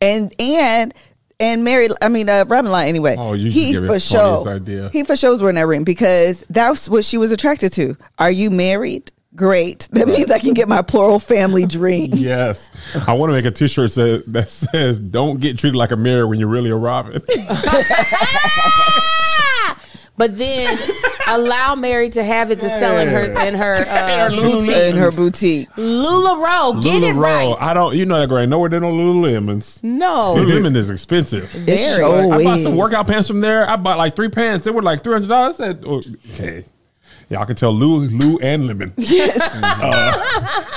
Speaker 5: and and and Mary, I mean uh, Robin Lyon. Anyway,
Speaker 3: Oh, you should
Speaker 5: he
Speaker 3: give it
Speaker 5: for
Speaker 3: the
Speaker 5: sure.
Speaker 3: funniest idea.
Speaker 5: He for sure was wearing that ring because that's what she was attracted to. Are you married? Great. That means I can get my plural family dream.
Speaker 3: Yes, I want to make a T-shirt say, that says "Don't get treated like a mirror when you're really a robin."
Speaker 4: But then allow Mary to have it to sell in her in her uh,
Speaker 5: In her boutique,
Speaker 4: Lularoe. Get it
Speaker 3: Lululemon.
Speaker 4: right.
Speaker 3: I don't. You know that grade nowhere did no Lululemons.
Speaker 4: no.
Speaker 3: Lululemon is expensive.
Speaker 5: it
Speaker 4: Very.
Speaker 5: sure
Speaker 3: I bought
Speaker 5: is.
Speaker 3: some workout pants from there. I bought like three pants. They were like three hundred dollars. Said, oh, "Okay, y'all can tell Lou, Lou, and Lemon."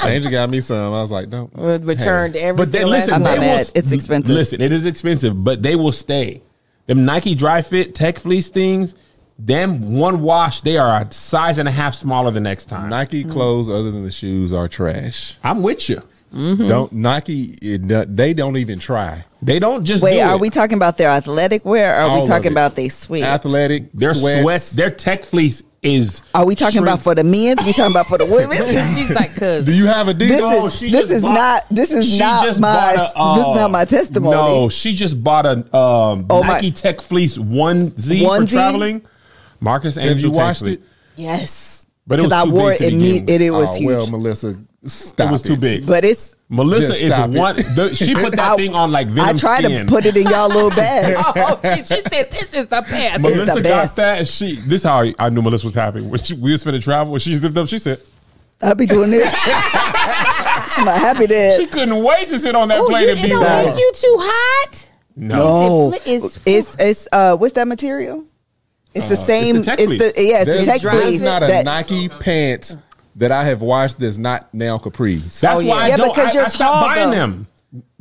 Speaker 6: Angel got me some. I was like, don't.
Speaker 4: Returned every
Speaker 3: But they,
Speaker 4: single
Speaker 3: listen,
Speaker 5: I'm
Speaker 4: last
Speaker 5: not
Speaker 3: they will-
Speaker 4: one.
Speaker 5: mad. It's expensive.
Speaker 3: Listen, it is expensive, but they will stay. Them Nike Dry Fit Tech Fleece things, them one wash, they are a size and a half smaller the next time.
Speaker 6: Nike
Speaker 5: Mm-hmm.
Speaker 6: clothes other than the shoes are trash.
Speaker 3: I'm with you.
Speaker 5: Mm-hmm.
Speaker 6: Don't Nike. It, do- they don't even try.
Speaker 3: They don't just
Speaker 5: Wait,
Speaker 3: do
Speaker 5: are
Speaker 3: it.
Speaker 5: we talking about their athletic wear? Or are
Speaker 6: All
Speaker 5: we
Speaker 6: of
Speaker 5: talking
Speaker 6: it.
Speaker 5: about they sweat?
Speaker 6: Athletic.
Speaker 3: Their sweats. their Tech Fleece is.
Speaker 5: Are we talking about
Speaker 3: shrinks.
Speaker 5: for the men's? We talking about for the women's?
Speaker 4: She's like, cuz.
Speaker 6: Do you have a oh, deal?
Speaker 5: This
Speaker 3: No,
Speaker 5: is
Speaker 3: Oh, she
Speaker 5: this
Speaker 3: just
Speaker 5: is
Speaker 3: bought-
Speaker 5: not this is
Speaker 3: she
Speaker 5: not
Speaker 3: just
Speaker 5: my
Speaker 3: bought a, uh,
Speaker 5: this is not my testimony.
Speaker 3: No, she just bought a um,
Speaker 5: Oh, my-
Speaker 3: Nike Tech Fleece onesie,
Speaker 5: Onesie?
Speaker 3: for traveling. Marcus Angel
Speaker 6: Have you
Speaker 3: Tech
Speaker 6: washed
Speaker 3: Fleece.
Speaker 6: it?
Speaker 5: Yes,
Speaker 3: But it was
Speaker 5: I
Speaker 3: too
Speaker 5: wore
Speaker 3: big to
Speaker 5: it
Speaker 3: begin
Speaker 5: imme-
Speaker 3: with.
Speaker 5: it, it was
Speaker 6: oh,
Speaker 5: huge,
Speaker 6: Well, Melissa, stop.
Speaker 3: It was too big.
Speaker 5: but it's
Speaker 3: Melissa
Speaker 6: Just
Speaker 3: is
Speaker 6: stop it.
Speaker 3: one. The, she put that
Speaker 5: I-
Speaker 3: thing on like venom
Speaker 5: I tried
Speaker 3: skin.
Speaker 5: to put it in y'all little bag.
Speaker 4: Oh, she, she said, this is the path.
Speaker 5: It's
Speaker 3: Melissa
Speaker 5: the
Speaker 3: got
Speaker 5: best.
Speaker 3: that. and She. This how I, I knew Melissa was happy when she, we was finna travel. When she zipped up, she said
Speaker 5: I'll be doing this. it's my happy
Speaker 3: she
Speaker 5: day.
Speaker 3: couldn't wait to sit on that
Speaker 4: Ooh,
Speaker 3: plane
Speaker 4: Oh, you,
Speaker 3: and
Speaker 4: it
Speaker 3: be
Speaker 4: don't
Speaker 5: Sorry.
Speaker 3: warm.
Speaker 4: make you too hot?
Speaker 3: No,
Speaker 5: Oh,
Speaker 4: It fli-
Speaker 5: it's
Speaker 4: it's-
Speaker 5: it's uh, what's that material? It's the same. It's
Speaker 3: Uh, tech
Speaker 5: the,
Speaker 3: fleece.
Speaker 5: yeah, it's
Speaker 6: There's,
Speaker 5: the tech
Speaker 6: there's
Speaker 5: fleece.
Speaker 6: not a
Speaker 5: that-
Speaker 6: Nike pants that I have washed that's not now capris.
Speaker 3: that's
Speaker 5: Oh,
Speaker 3: why I
Speaker 5: yeah. Yeah,
Speaker 3: don't.
Speaker 5: because
Speaker 3: I,
Speaker 5: you're
Speaker 3: I stopped
Speaker 5: tall,
Speaker 3: buying
Speaker 5: though.
Speaker 3: them.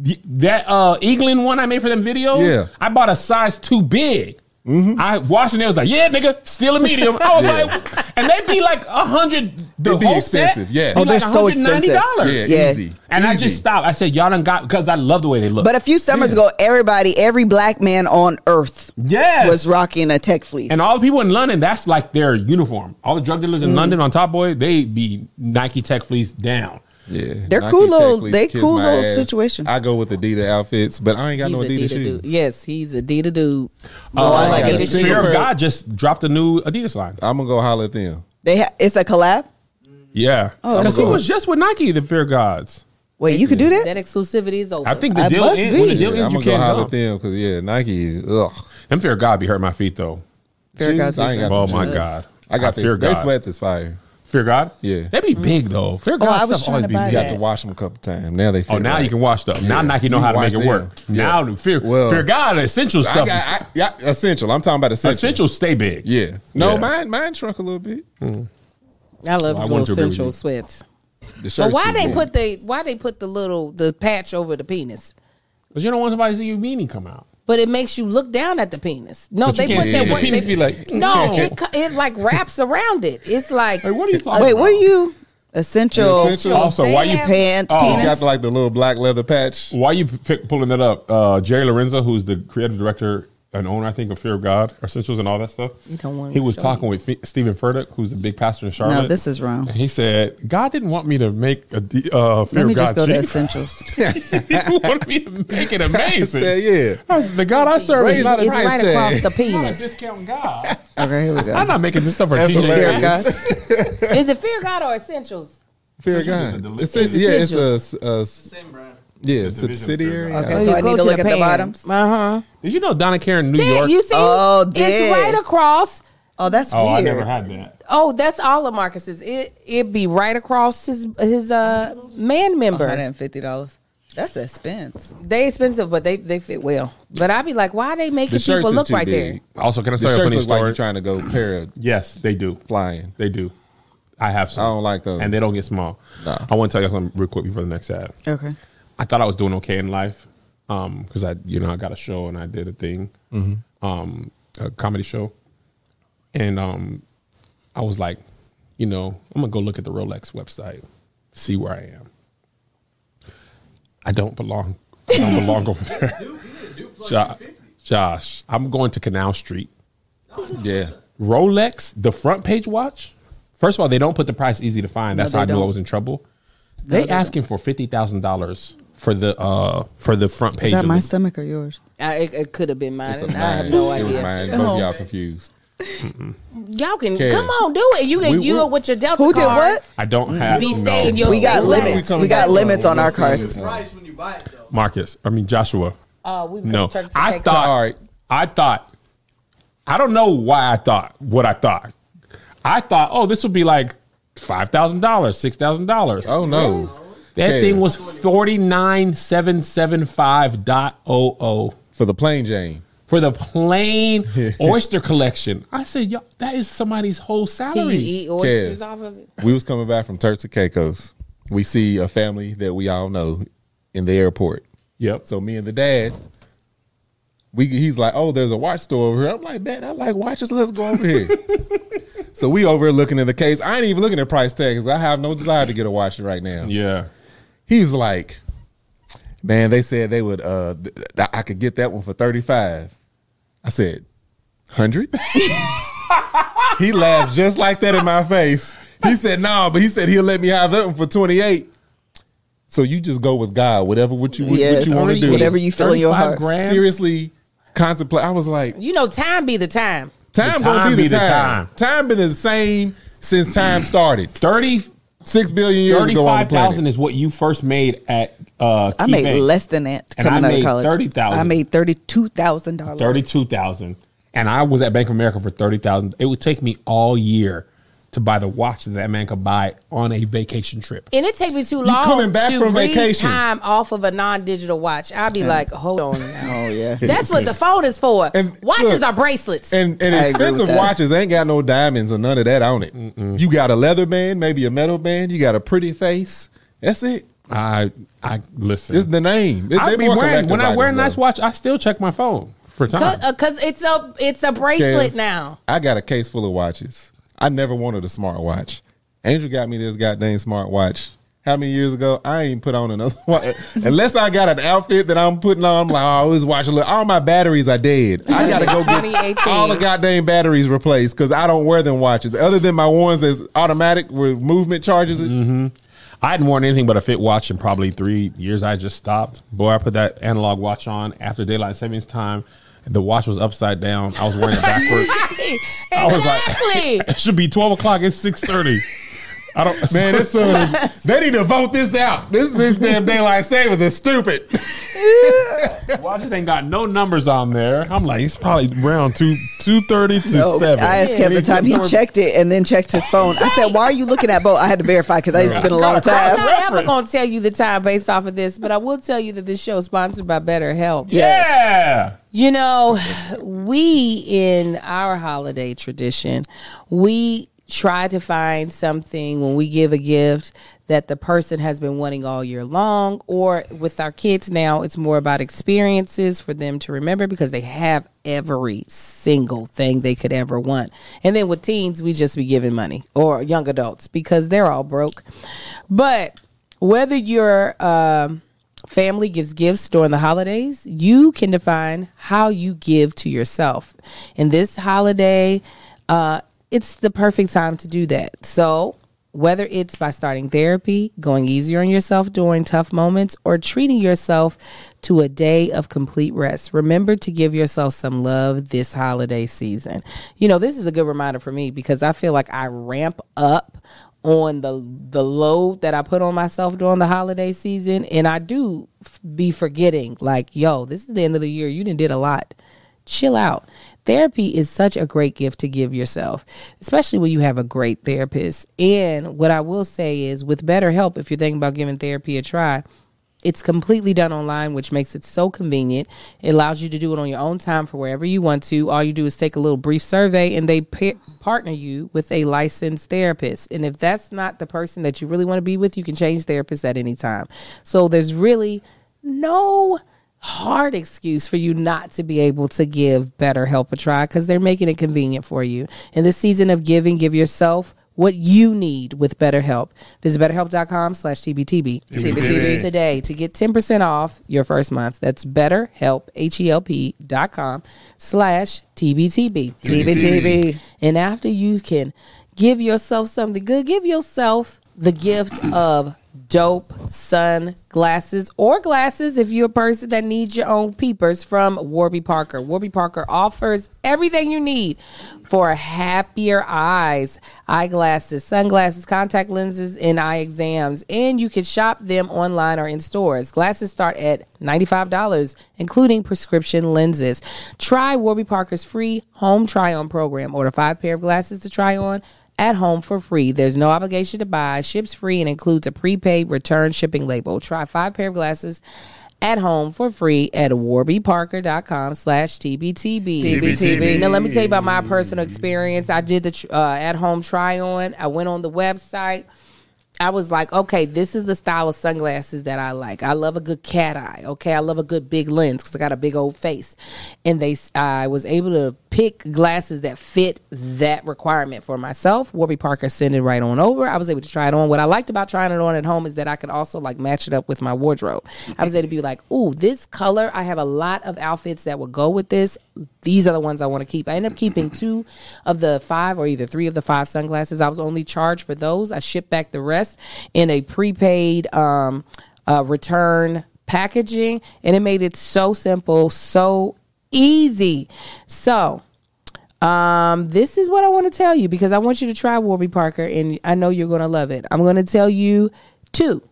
Speaker 3: Y- That uh, England one I made for them video.
Speaker 6: Yeah.
Speaker 3: I bought a size too big.
Speaker 5: Mm-hmm.
Speaker 3: I watched and they was like, "Yeah, nigga, still a medium." I was
Speaker 6: Yeah.
Speaker 3: like, and they be like a hundred. The
Speaker 6: They be
Speaker 3: whole
Speaker 6: expensive,
Speaker 3: set,
Speaker 6: yes.
Speaker 3: be
Speaker 6: Oh,
Speaker 5: they're
Speaker 3: like
Speaker 5: so expensive.
Speaker 3: $190.
Speaker 6: yeah,
Speaker 5: Yeah.
Speaker 6: easy.
Speaker 3: And I
Speaker 6: Easy.
Speaker 3: just stopped. I said, "Y'all done got because I love the way they look."
Speaker 5: But a few summers ago, everybody, every black man on earth
Speaker 3: yes,
Speaker 5: was rocking a tech fleece.
Speaker 3: And all the people in London, that's like their uniform. All the drug
Speaker 6: Mm.
Speaker 3: dealers in London on Top Boy, they be Nike Tech Fleece down.
Speaker 6: Yeah,
Speaker 5: They're
Speaker 6: Nike
Speaker 5: cool little-
Speaker 6: Tech Fleece
Speaker 5: they
Speaker 6: kiss
Speaker 5: cool
Speaker 6: my
Speaker 5: little situation.
Speaker 6: I go with Adidas outfits, but I ain't got
Speaker 4: He's
Speaker 6: no
Speaker 4: a
Speaker 6: Adidas,
Speaker 4: Dita
Speaker 6: shoes.
Speaker 4: dude. Yes, he's a Dita dude.
Speaker 3: Oh,
Speaker 5: I like
Speaker 6: Adidas
Speaker 3: Fear
Speaker 6: shoes.
Speaker 3: of God just dropped a new Adidas line.
Speaker 6: I'm gonna go holler at them.
Speaker 5: They ha- it's a collab.
Speaker 3: Yeah.
Speaker 5: Oh,
Speaker 3: Because he
Speaker 5: cool.
Speaker 3: was just with Nike, the Fear of Gods.
Speaker 5: Wait, you could do that.
Speaker 4: That exclusivity is over.
Speaker 3: I think the
Speaker 5: I
Speaker 3: deal
Speaker 5: must
Speaker 3: ends.
Speaker 5: be.
Speaker 3: When the deal
Speaker 6: Yeah, I'm
Speaker 3: ends, you
Speaker 6: gonna go holler
Speaker 3: can't
Speaker 6: at
Speaker 3: go.
Speaker 6: them because yeah, Nike. Ugh,
Speaker 3: Them Fear of God be hurting my feet, though.
Speaker 5: Fair
Speaker 6: Shoes,
Speaker 5: God's
Speaker 6: I ain't
Speaker 5: reason.
Speaker 6: got.
Speaker 3: Oh,
Speaker 6: them
Speaker 3: my
Speaker 6: shoes.
Speaker 3: God.
Speaker 6: I got
Speaker 3: Fear
Speaker 6: this.
Speaker 3: of
Speaker 6: They
Speaker 3: God.
Speaker 6: sweats is fire.
Speaker 3: Fear of God?
Speaker 6: Yeah.
Speaker 3: They be big, though. Fear of
Speaker 5: Oh,
Speaker 3: God
Speaker 5: I was
Speaker 3: stuff
Speaker 5: trying
Speaker 3: always
Speaker 5: to
Speaker 3: be
Speaker 5: buy
Speaker 3: big.
Speaker 6: You got
Speaker 5: that.
Speaker 6: to wash them a couple times. Now they.
Speaker 3: Oh,
Speaker 6: fit
Speaker 3: now
Speaker 6: right.
Speaker 3: you can wash stuff. Now
Speaker 6: Yeah.
Speaker 3: Nike know
Speaker 6: You
Speaker 3: how to
Speaker 6: wash
Speaker 3: make it
Speaker 6: them.
Speaker 3: work.
Speaker 6: Yeah.
Speaker 3: Now the Fear,
Speaker 6: Well,
Speaker 3: fear of God, the essential
Speaker 6: I
Speaker 3: stuff.
Speaker 6: got,
Speaker 3: is-
Speaker 6: I, yeah, essential. I'm talking about essential.
Speaker 3: essential stay big.
Speaker 6: Yeah. No,
Speaker 3: Yeah.
Speaker 6: mine mine shrunk a little bit.
Speaker 4: I love
Speaker 3: Well, I wanted
Speaker 4: his little
Speaker 3: to agree with
Speaker 4: sensual
Speaker 3: you.
Speaker 4: sweats.
Speaker 6: The
Speaker 4: But
Speaker 6: shirt's
Speaker 4: why
Speaker 6: too
Speaker 4: they
Speaker 6: big.
Speaker 4: put the why they put the little the patch over the penis?
Speaker 3: Because you don't want somebody to see your meanie come out.
Speaker 4: But it makes you look down at the penis. No,
Speaker 3: But
Speaker 4: they
Speaker 3: you can't
Speaker 4: put
Speaker 3: see
Speaker 4: that
Speaker 3: it. The
Speaker 4: one.
Speaker 3: penis
Speaker 4: they-
Speaker 3: be like,
Speaker 4: no, it co- it like wraps around it. It's like
Speaker 3: Hey, what are you talking
Speaker 5: Wait,
Speaker 3: about?
Speaker 5: what are you? Essential,
Speaker 6: Essential.
Speaker 3: Also, why you
Speaker 5: pants,
Speaker 3: Oh.
Speaker 6: You
Speaker 5: penis.
Speaker 6: got the, like the little black leather patch.
Speaker 3: why you pick, pulling that up? Uh, Jerry Lorenzo, who's the creative director and owner, I think, of Fear of God, Essentials, and all that stuff.
Speaker 4: You don't want
Speaker 3: he was
Speaker 4: to show
Speaker 3: talking with Fe- Stephen Furtick, who's a big pastor in Charlotte.
Speaker 5: No, this is wrong.
Speaker 3: And he said God didn't want me to make a de- uh, Fear
Speaker 5: Let me
Speaker 3: of God
Speaker 5: just go to
Speaker 3: cheap.
Speaker 5: essentials.
Speaker 3: he wanted me to make it amazing.
Speaker 6: Yeah, yeah.
Speaker 3: I was- the God I serve
Speaker 6: Raise
Speaker 3: is not a,
Speaker 6: the
Speaker 4: it's
Speaker 3: dis-
Speaker 6: price
Speaker 4: right
Speaker 6: tag.
Speaker 4: across the
Speaker 3: not a
Speaker 4: penis.
Speaker 3: discount God.
Speaker 5: Okay, here we go.
Speaker 3: I'm not making this stuff for
Speaker 6: That's
Speaker 3: TJ.
Speaker 5: Fear of
Speaker 3: Maxx.
Speaker 5: God.
Speaker 4: is it fear God or essentials?
Speaker 6: Fear of
Speaker 3: Essential is
Speaker 6: God.
Speaker 3: a deli-
Speaker 6: It's, it's, yeah, it's a, s- a s-
Speaker 2: Same brand.
Speaker 6: yeah,
Speaker 3: It's a division of
Speaker 6: subsidiary.
Speaker 3: Fear of God.
Speaker 5: Okay, so I need to Uh-huh. look at the bottoms.
Speaker 4: Uh huh.
Speaker 3: Did you know Donna Karen, New York?
Speaker 4: You see,
Speaker 5: Oh,
Speaker 4: it's
Speaker 5: this.
Speaker 4: right across.
Speaker 5: Oh, that's
Speaker 3: oh,
Speaker 5: weird.
Speaker 3: I never had that.
Speaker 4: Oh, that's all of Marcus's. It it be right across his his uh man member.
Speaker 5: $150. That's expense.
Speaker 4: They expensive, but they they fit well. But I'd be like, why they making
Speaker 6: The shirts
Speaker 4: people
Speaker 6: is
Speaker 4: look
Speaker 6: too
Speaker 4: right
Speaker 6: big.
Speaker 4: there?
Speaker 3: Also, can I
Speaker 6: The
Speaker 3: tell you a
Speaker 6: shirts
Speaker 3: funny
Speaker 6: look like
Speaker 3: story?
Speaker 6: you're trying to go para
Speaker 3: yes, they do.
Speaker 6: flying.
Speaker 3: They do. I have some.
Speaker 6: I don't like those.
Speaker 3: and they don't get small.
Speaker 6: No.
Speaker 3: I want to tell you something real quick before the next ad.
Speaker 5: Okay.
Speaker 3: I thought I was doing okay in life because I, you know, I got a show and I did a thing, um, a comedy show, and um, I was like, you know, I'm gonna go look at the Rolex website, see where I am. I don't belong. I don't belong over there. Jo- Josh, I'm going to Canal Street.
Speaker 6: Yeah.
Speaker 3: Rolex, the front page watch. First of all, they don't put the price easy to find. That's
Speaker 4: they
Speaker 3: how I knew I
Speaker 4: don't.
Speaker 3: was in trouble. They, asking for fifty thousand dollars for the uh for the front page.
Speaker 5: Is that
Speaker 3: of
Speaker 5: my
Speaker 3: the-
Speaker 5: stomach or yours?
Speaker 4: I, it it could have been mine.
Speaker 6: It's a
Speaker 4: and I have
Speaker 6: mine.
Speaker 4: no
Speaker 6: It was
Speaker 4: idea.
Speaker 6: mine. Both of y'all confused.
Speaker 4: Y'all can
Speaker 6: Okay.
Speaker 4: come on, do it. You can
Speaker 6: We-
Speaker 4: you
Speaker 6: we-
Speaker 4: with your Delta
Speaker 5: Who did
Speaker 4: card.
Speaker 5: what?
Speaker 3: I don't have
Speaker 4: Be
Speaker 3: no.
Speaker 4: staying your-
Speaker 5: We got
Speaker 4: Rolex.
Speaker 5: limits. Oh, We got limits on our cards.
Speaker 2: Price when you buy it though.
Speaker 3: Marcus. I mean Joshua.
Speaker 4: Uh, we
Speaker 3: No,
Speaker 4: turned to
Speaker 3: I
Speaker 4: take-
Speaker 3: thought.
Speaker 6: All right.
Speaker 3: I thought. I don't know why I thought what I thought. I thought, oh, this would be like five thousand dollars, six thousand dollars.
Speaker 6: Oh no.
Speaker 3: that
Speaker 6: okay.
Speaker 3: thing was forty nine seven seven five dot oh oh
Speaker 6: For the plain Jane.
Speaker 3: for the plain oyster collection. I said, yo, that is somebody's whole
Speaker 4: Can you
Speaker 3: salary.
Speaker 4: eat oysters off of it?
Speaker 6: We was coming back from Turks and Caicos. We see a family that we all know in the airport.
Speaker 3: Yep.
Speaker 6: So me and the dad, we he's like, oh, there's a watch store over here. I'm like, man, I like watches. Let's go over here. so we over here looking at the case. I ain't even looking at price tags. I have no desire to get a watch right now.
Speaker 3: yeah.
Speaker 6: He's like, man, they said they would. uh th- th- I could get that one for thirty five. I said, hundred. he laughed just like that in my face. He said, no, but he said he'll let me have that one for twenty eight. So you just go with God, whatever what you what,
Speaker 5: Yes.
Speaker 6: you want to do,
Speaker 5: Whatever you feel in your
Speaker 3: 35
Speaker 5: heart.
Speaker 3: grand.
Speaker 6: seriously contemplate. I was like,
Speaker 4: You know, time be the time.
Speaker 6: time,
Speaker 3: The
Speaker 6: gonna
Speaker 3: time
Speaker 6: be the
Speaker 3: be the
Speaker 6: time. time. been the same since time started.
Speaker 3: Thirty.
Speaker 6: Six billion years ago on the
Speaker 3: Thirty-five thousand
Speaker 6: planet.
Speaker 3: is what you first made at uh,
Speaker 5: I made
Speaker 3: KeyBank.
Speaker 5: less than that
Speaker 3: And I
Speaker 5: coming out
Speaker 3: made
Speaker 5: of college.
Speaker 3: $30,000.
Speaker 5: I made thirty-two thousand dollars.
Speaker 3: thirty-two thousand, and I was at Bank of America for thirty thousand. It would take me all year to buy the watch that that man could buy on a vacation trip.
Speaker 4: And it take me too long.
Speaker 6: coming back
Speaker 4: to
Speaker 6: from
Speaker 4: read
Speaker 6: vacation.
Speaker 4: Time off of a non-digital watch. I'll be like, hold on. Now.
Speaker 5: Oh yeah.
Speaker 4: That's what the phone is for.
Speaker 6: And
Speaker 4: Watches
Speaker 6: look,
Speaker 4: are bracelets.
Speaker 6: And, and
Speaker 5: I agree with
Speaker 6: expensive
Speaker 5: that.
Speaker 6: watches ain't got no diamonds or none of that on it. You got a leather band, maybe a metal band. You got a pretty face. That's it.
Speaker 3: I I listen.
Speaker 6: It's the name. It-
Speaker 3: I
Speaker 6: they
Speaker 3: be
Speaker 6: more
Speaker 3: wearing
Speaker 6: collector's
Speaker 3: when I wear a
Speaker 6: items,
Speaker 3: nice
Speaker 6: though.
Speaker 3: watch, I still check my phone for time.
Speaker 4: Because uh, it's a it's a bracelet
Speaker 6: Kev,
Speaker 4: now.
Speaker 6: I got a case full of watches. I never wanted a smart watch. Angel got me this goddamn smart watch. How many years ago? I ain't put on another watch. Unless I got an outfit that I'm putting on, I'm like, oh, this watch. Look, all my batteries are dead. I gotta go get
Speaker 4: 2018.
Speaker 6: all the goddamn batteries replaced because I don't wear them watches. Other than my ones that's automatic with movement charges.
Speaker 3: Mm-hmm. I hadn't worn anything but a fit watch in probably three years. I just stopped. Boy, I put that analog watch on after daylight savings time. The watch was upside down. I was wearing it backwards. was like-
Speaker 4: exactly.
Speaker 3: it should be twelve o'clock. It's six thirty. I don't
Speaker 6: Man, this son, of- they need to vote this out. This this damn daylight savings is stupid.
Speaker 3: Watches ain't got no numbers on there. I'm like, it's probably around two two thirty to
Speaker 5: No,
Speaker 3: seven.
Speaker 5: Oh, I asked Kevin the time he checked it and then checked his phone. I said, "Why are you looking at both?" I had to verify because I it's been a long
Speaker 4: I'm
Speaker 5: time.
Speaker 4: not ever
Speaker 3: reference.
Speaker 4: going to tell you the time based off of this, but I will tell you that this show is sponsored by BetterHelp.
Speaker 3: Yeah.
Speaker 4: You know, we in our holiday tradition, we try to find something when we give a gift that the person has been wanting all year long or with our kids now it's more about experiences for them to remember because they have every single thing they could ever want and then with teens we just be giving money or young adults because they're all broke but whether you're um Family gives gifts during the holidays. You can define how you give to yourself. And this holiday, uh, it's the perfect time to do that. So, whether it's by starting therapy, going easier on yourself during tough moments, or treating yourself to a day of complete rest, remember to give yourself some love this holiday season. You know, this is a good reminder for me because I feel like I ramp up on the the load that I put on myself during the holiday season, and I do f- be forgetting. Like, yo, this is the end of the year. You didn't did a lot. Chill out. Therapy is such a great gift to give yourself, especially when you have a great therapist. And what I will say is, with BetterHelp, if you're thinking about giving therapy a try, It's completely done online, which makes it so convenient. It allows you to do it on your own time for wherever you want to. All you do is take a little brief survey, and they pa- partner you with a licensed therapist. And if that's not the person that you really want to be with, you can change therapists at any time. So there's really no hard excuse for you not to be able to give better help a try because they're making it convenient for you in this season of giving give yourself what you need with BetterHelp. Visit betterhelp.com slash TBTB
Speaker 5: TBTB.
Speaker 4: today to get 10% off your first month. That's betterhelp, H-E-L-P dot com slash TBTB.
Speaker 5: TBTB.
Speaker 4: And after you can give yourself something good, give yourself the gift of dope sunglasses or glasses if you're a person that needs your own peepers from Warby Parker. Warby Parker offers everything you need for happier eyes, eyeglasses, sunglasses, contact lenses, and eye exams. And you can shop them online or in stores. Glasses start at $95, including prescription lenses. Try Warby Parker's free home try on program. Order five pair of glasses to try on at home for free. There's no obligation to buy, ships free, and includes a prepaid return shipping label. Try five pair of glasses at home for free at warbyparker.com slash TBTB.
Speaker 5: TBTB.
Speaker 4: Now, let me tell you about my personal experience. I did the tr- uh, at home try on, I went on the website. I was like, okay, this is the style of sunglasses that I like. I love a good cat eye. Okay, I love a good big lens because I got a big old face, and they I was able to pick glasses that fit that requirement for myself. Warby Parker sent it right on over. I was able to try it on. What I liked about trying it on at home is that I could also like match it up with my wardrobe. I was able to be like, oh, this color. I have a lot of outfits that would go with this. These are the ones I want to keep. I ended up keeping two of the five or either three of the five sunglasses. I was only charged for those. I shipped back the rest in a prepaid um, uh, return packaging, and it made it so simple, so easy. So. Um, this is what I want to tell you because I want you to try Warby Parker and I know you're going to love it. I'm going to tell you to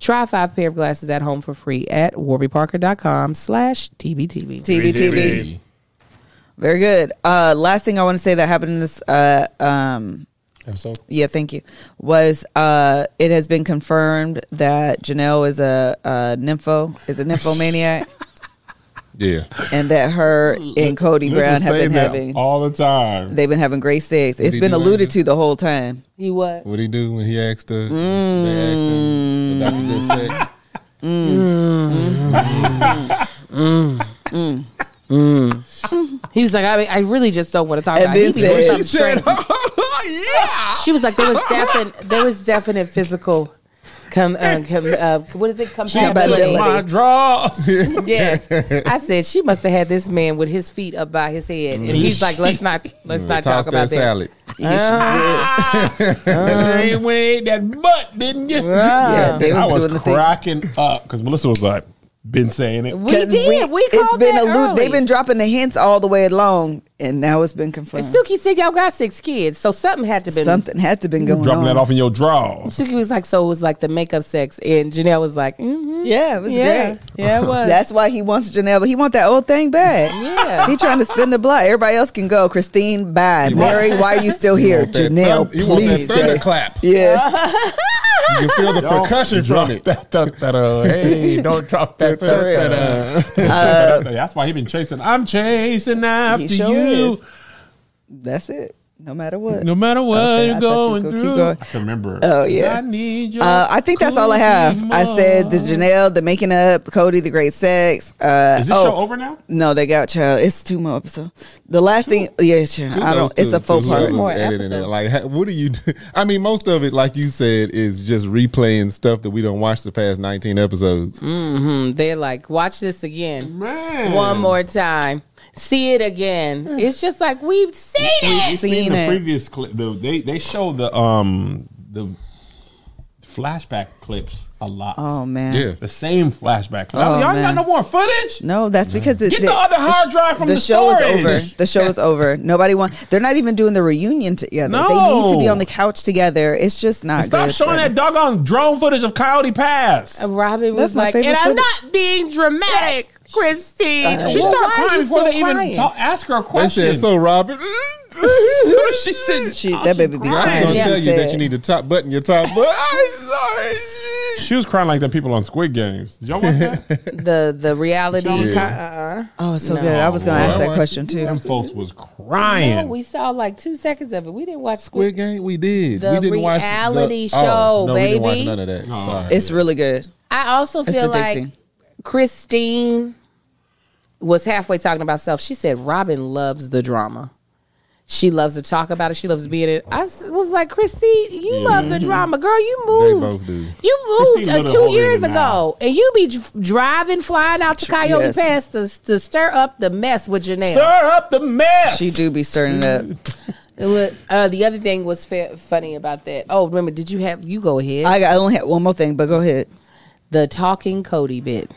Speaker 4: try five pair of glasses at home for free at warbyparker.com slash TBTB.
Speaker 5: TBTB. Very good. Uh, last thing I want to say that happened in this uh, um,
Speaker 3: Episode.
Speaker 5: yeah, thank you. Was uh, it has been confirmed that Janelle is a, a nympho is a nymphomaniac,
Speaker 6: Yeah.
Speaker 5: and that her and Cody Brown
Speaker 3: Listen,
Speaker 5: have
Speaker 3: say
Speaker 5: been
Speaker 3: that
Speaker 5: having
Speaker 3: all the time.
Speaker 5: they've been having great sex. It's
Speaker 6: he
Speaker 5: been
Speaker 6: do right
Speaker 5: alluded
Speaker 6: now?
Speaker 5: to the whole time.
Speaker 4: He what?
Speaker 6: What he do when he asked the they asked him about the good sex?
Speaker 4: He was like, I, I really just don't want to talk
Speaker 5: And
Speaker 4: about it.
Speaker 5: then
Speaker 4: He be doing
Speaker 5: said- "Oh."
Speaker 4: something strange. She was like, there was definite, there was definite physical, com, uh, com, uh, what is it, compatibility.
Speaker 3: My draws.
Speaker 4: Yes, I said she must have had this man with his feet up by his head,
Speaker 5: Mm-hmm.
Speaker 4: and he's like, "Let's not, let's not
Speaker 6: Toss
Speaker 4: talk
Speaker 6: that
Speaker 4: about that."
Speaker 6: salad.
Speaker 5: Yes, she did.
Speaker 3: They weighed that butt, didn't you?
Speaker 5: Yeah, they
Speaker 3: I
Speaker 5: was
Speaker 3: was
Speaker 5: doing the thing.
Speaker 3: cracking up because Melissa was like, been saying it.
Speaker 4: We
Speaker 5: 'Cause
Speaker 4: did. We,
Speaker 5: it's
Speaker 4: called
Speaker 5: been
Speaker 4: that
Speaker 5: allu-
Speaker 4: early.
Speaker 5: They've been dropping the hints all the way along, and now it's been confirmed.
Speaker 4: Suki said y'all got six kids, so something had to been.
Speaker 5: Something had to been going
Speaker 3: Dropping
Speaker 5: on.
Speaker 3: that off in your drawers.
Speaker 4: Suki was like, "So it was like the makeup sex," and Janelle was like, mm-hmm,
Speaker 5: Yeah, it was
Speaker 4: "Yeah,
Speaker 5: great.
Speaker 4: yeah, it was."
Speaker 5: That's why he wants Janelle, but he want that old thing back.
Speaker 4: Yeah.
Speaker 5: he trying to spin the block. Everybody else can go. Christine, bye. Mary, why are you still here?
Speaker 6: want that
Speaker 5: Janelle,
Speaker 6: thun- you want that
Speaker 5: please stay.
Speaker 6: thunderclap.
Speaker 5: Yes,
Speaker 6: You can feel the percussion from it.
Speaker 3: That, that, that, uh, hey, don't drop that. that, that, uh, That's why he been chasing. I'm chasing after
Speaker 5: He sure
Speaker 3: you.
Speaker 5: is. that's it. No matter what.
Speaker 3: No matter what
Speaker 5: Okay, I
Speaker 3: you're
Speaker 5: thought you
Speaker 3: going
Speaker 5: was gonna keep
Speaker 3: through.
Speaker 5: going.
Speaker 3: I can remember.
Speaker 5: Oh, yeah.
Speaker 3: I need your
Speaker 5: Uh, I think that's all I have.
Speaker 3: cookie
Speaker 5: I said the
Speaker 3: more.
Speaker 5: Janelle, the making up, Cody, the great sex. Uh,
Speaker 3: Is this
Speaker 5: oh,
Speaker 3: show over now?
Speaker 5: No, they got child. It's two more episodes. The last thing, yeah, child. I don't. It's a faux
Speaker 6: part.
Speaker 5: part.
Speaker 4: More episode.
Speaker 6: Like, ha- what do you? Do? I mean, most of it, like you said, is just replaying stuff that we don't watch the past nineteen episodes.
Speaker 4: Mm, They're like, "Watch this again,
Speaker 5: Mm.
Speaker 3: Man.
Speaker 4: one more time, see it again." It's just like we've seen
Speaker 5: We've
Speaker 4: it.
Speaker 5: seen
Speaker 3: the
Speaker 5: it.
Speaker 3: previous clip. The, they they show the um the flashback clips a lot.
Speaker 5: Oh man.
Speaker 6: Yeah,
Speaker 3: The same flashback. clip.
Speaker 5: Oh,
Speaker 3: Y'all ain't got
Speaker 5: man.
Speaker 3: no more footage.
Speaker 5: No, that's because it,
Speaker 3: Get the other hard drive from
Speaker 5: the,
Speaker 3: the,
Speaker 5: show
Speaker 3: storage.
Speaker 5: is over. The show is over. Nobody wants. They're not even doing the reunion together. They need to be
Speaker 3: No.
Speaker 5: on the couch together. It's just not.
Speaker 3: Stop
Speaker 5: good Uh,
Speaker 3: showing
Speaker 5: for
Speaker 3: that
Speaker 5: them.
Speaker 3: doggone drone footage of Coyote Pass.
Speaker 4: Robin
Speaker 5: That's
Speaker 4: was
Speaker 5: my
Speaker 4: like,
Speaker 5: favorite
Speaker 4: "And I'm
Speaker 5: footage. Uh,
Speaker 4: not being dramatic, Christine."
Speaker 3: She
Speaker 4: Well,
Speaker 3: started
Speaker 4: why are you
Speaker 3: crying before
Speaker 4: still
Speaker 3: they even
Speaker 4: crying?
Speaker 3: talk, ask her a
Speaker 6: they
Speaker 3: question.
Speaker 6: said so, Robert.
Speaker 3: she said
Speaker 5: She- that baby be
Speaker 6: I was
Speaker 5: crying.
Speaker 6: gonna
Speaker 5: Yeah.
Speaker 6: tell you that
Speaker 5: Said-
Speaker 6: you need to top button your top, but I'm sorry.
Speaker 3: She was crying like the people on Squid Games. Did y'all watch that?
Speaker 4: the the reality.
Speaker 3: Yeah.
Speaker 4: ki- uh-uh.
Speaker 5: Oh, it's so
Speaker 4: No.
Speaker 5: good. I was going to ask that question
Speaker 3: Them
Speaker 5: too.
Speaker 3: folks was
Speaker 4: No,
Speaker 3: crying.
Speaker 4: Oh, we saw like two seconds of it. We didn't watch Squid.
Speaker 6: Squid Game, we did.
Speaker 4: The
Speaker 6: we didn't watch the-
Speaker 4: reality
Speaker 6: oh,
Speaker 4: show,
Speaker 6: no, We didn't watch
Speaker 4: baby.
Speaker 6: none of that. Sorry.
Speaker 5: It's really good.
Speaker 4: I also
Speaker 5: It's
Speaker 4: feel like
Speaker 5: addicting.
Speaker 4: Christine was halfway talking about self. She said Robin loves the drama. She loves to talk about it. She loves being it. I s- was like, Christine, you love the drama, girl. You moved.
Speaker 6: both do.
Speaker 4: You moved
Speaker 3: Christine
Speaker 4: uh,
Speaker 3: little
Speaker 4: two
Speaker 3: hole in
Speaker 4: years
Speaker 3: the
Speaker 4: ago, and you be dr- driving, flying out to Coyote
Speaker 5: Yes.
Speaker 4: Pass to, to stir up the mess with Janelle.
Speaker 3: Stir up the mess.
Speaker 5: She do be stirring it up.
Speaker 4: It was- uh, the other thing was fa- funny about that. Oh, remember? Did you have you go ahead?
Speaker 5: I, got, I only had one more thing, but go ahead.
Speaker 4: the talking Cody bit.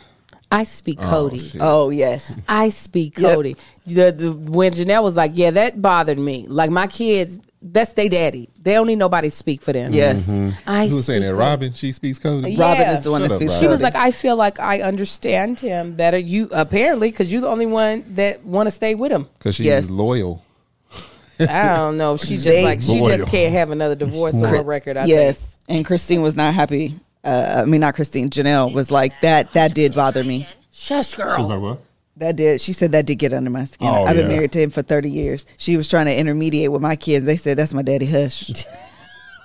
Speaker 4: I speak Cody.
Speaker 5: Oh yes,
Speaker 4: I speak
Speaker 5: Yep.
Speaker 4: Cody. The, the when Janelle was like, "Yeah, that bothered me." Like my kids, that's they daddy. They don't need nobody to speak for them.
Speaker 5: yes.
Speaker 4: I
Speaker 6: Mm-hmm. Who was saying
Speaker 4: speak
Speaker 6: that?
Speaker 4: Cody.
Speaker 6: Robin, she speaks code.
Speaker 4: Mm-hmm. Yeah.
Speaker 5: Robin is the one
Speaker 6: Shut
Speaker 5: that
Speaker 6: up,
Speaker 5: speaks.
Speaker 6: Robin.
Speaker 4: She was
Speaker 5: Saturday.
Speaker 4: like, "I feel like I understand him better." You apparently because you're the only one that want to stay with him.
Speaker 6: Because she's
Speaker 5: Yes.
Speaker 6: loyal.
Speaker 4: I don't know. She just
Speaker 5: They-
Speaker 4: like she
Speaker 3: Loyal.
Speaker 4: just can't have another divorce on her record. I
Speaker 5: yes.
Speaker 4: think.
Speaker 5: And Christine was not happy. Uh, I mean, not Christine. Janelle was like that. That did bother me.
Speaker 4: Shush,
Speaker 3: She was
Speaker 4: girl.
Speaker 3: like, what?
Speaker 5: That did. She said that did get under my skin.
Speaker 3: Oh,
Speaker 5: I've been
Speaker 3: yeah.
Speaker 5: married to him for thirty years. She was trying to intermediate with my kids. They said that's my daddy. Hush.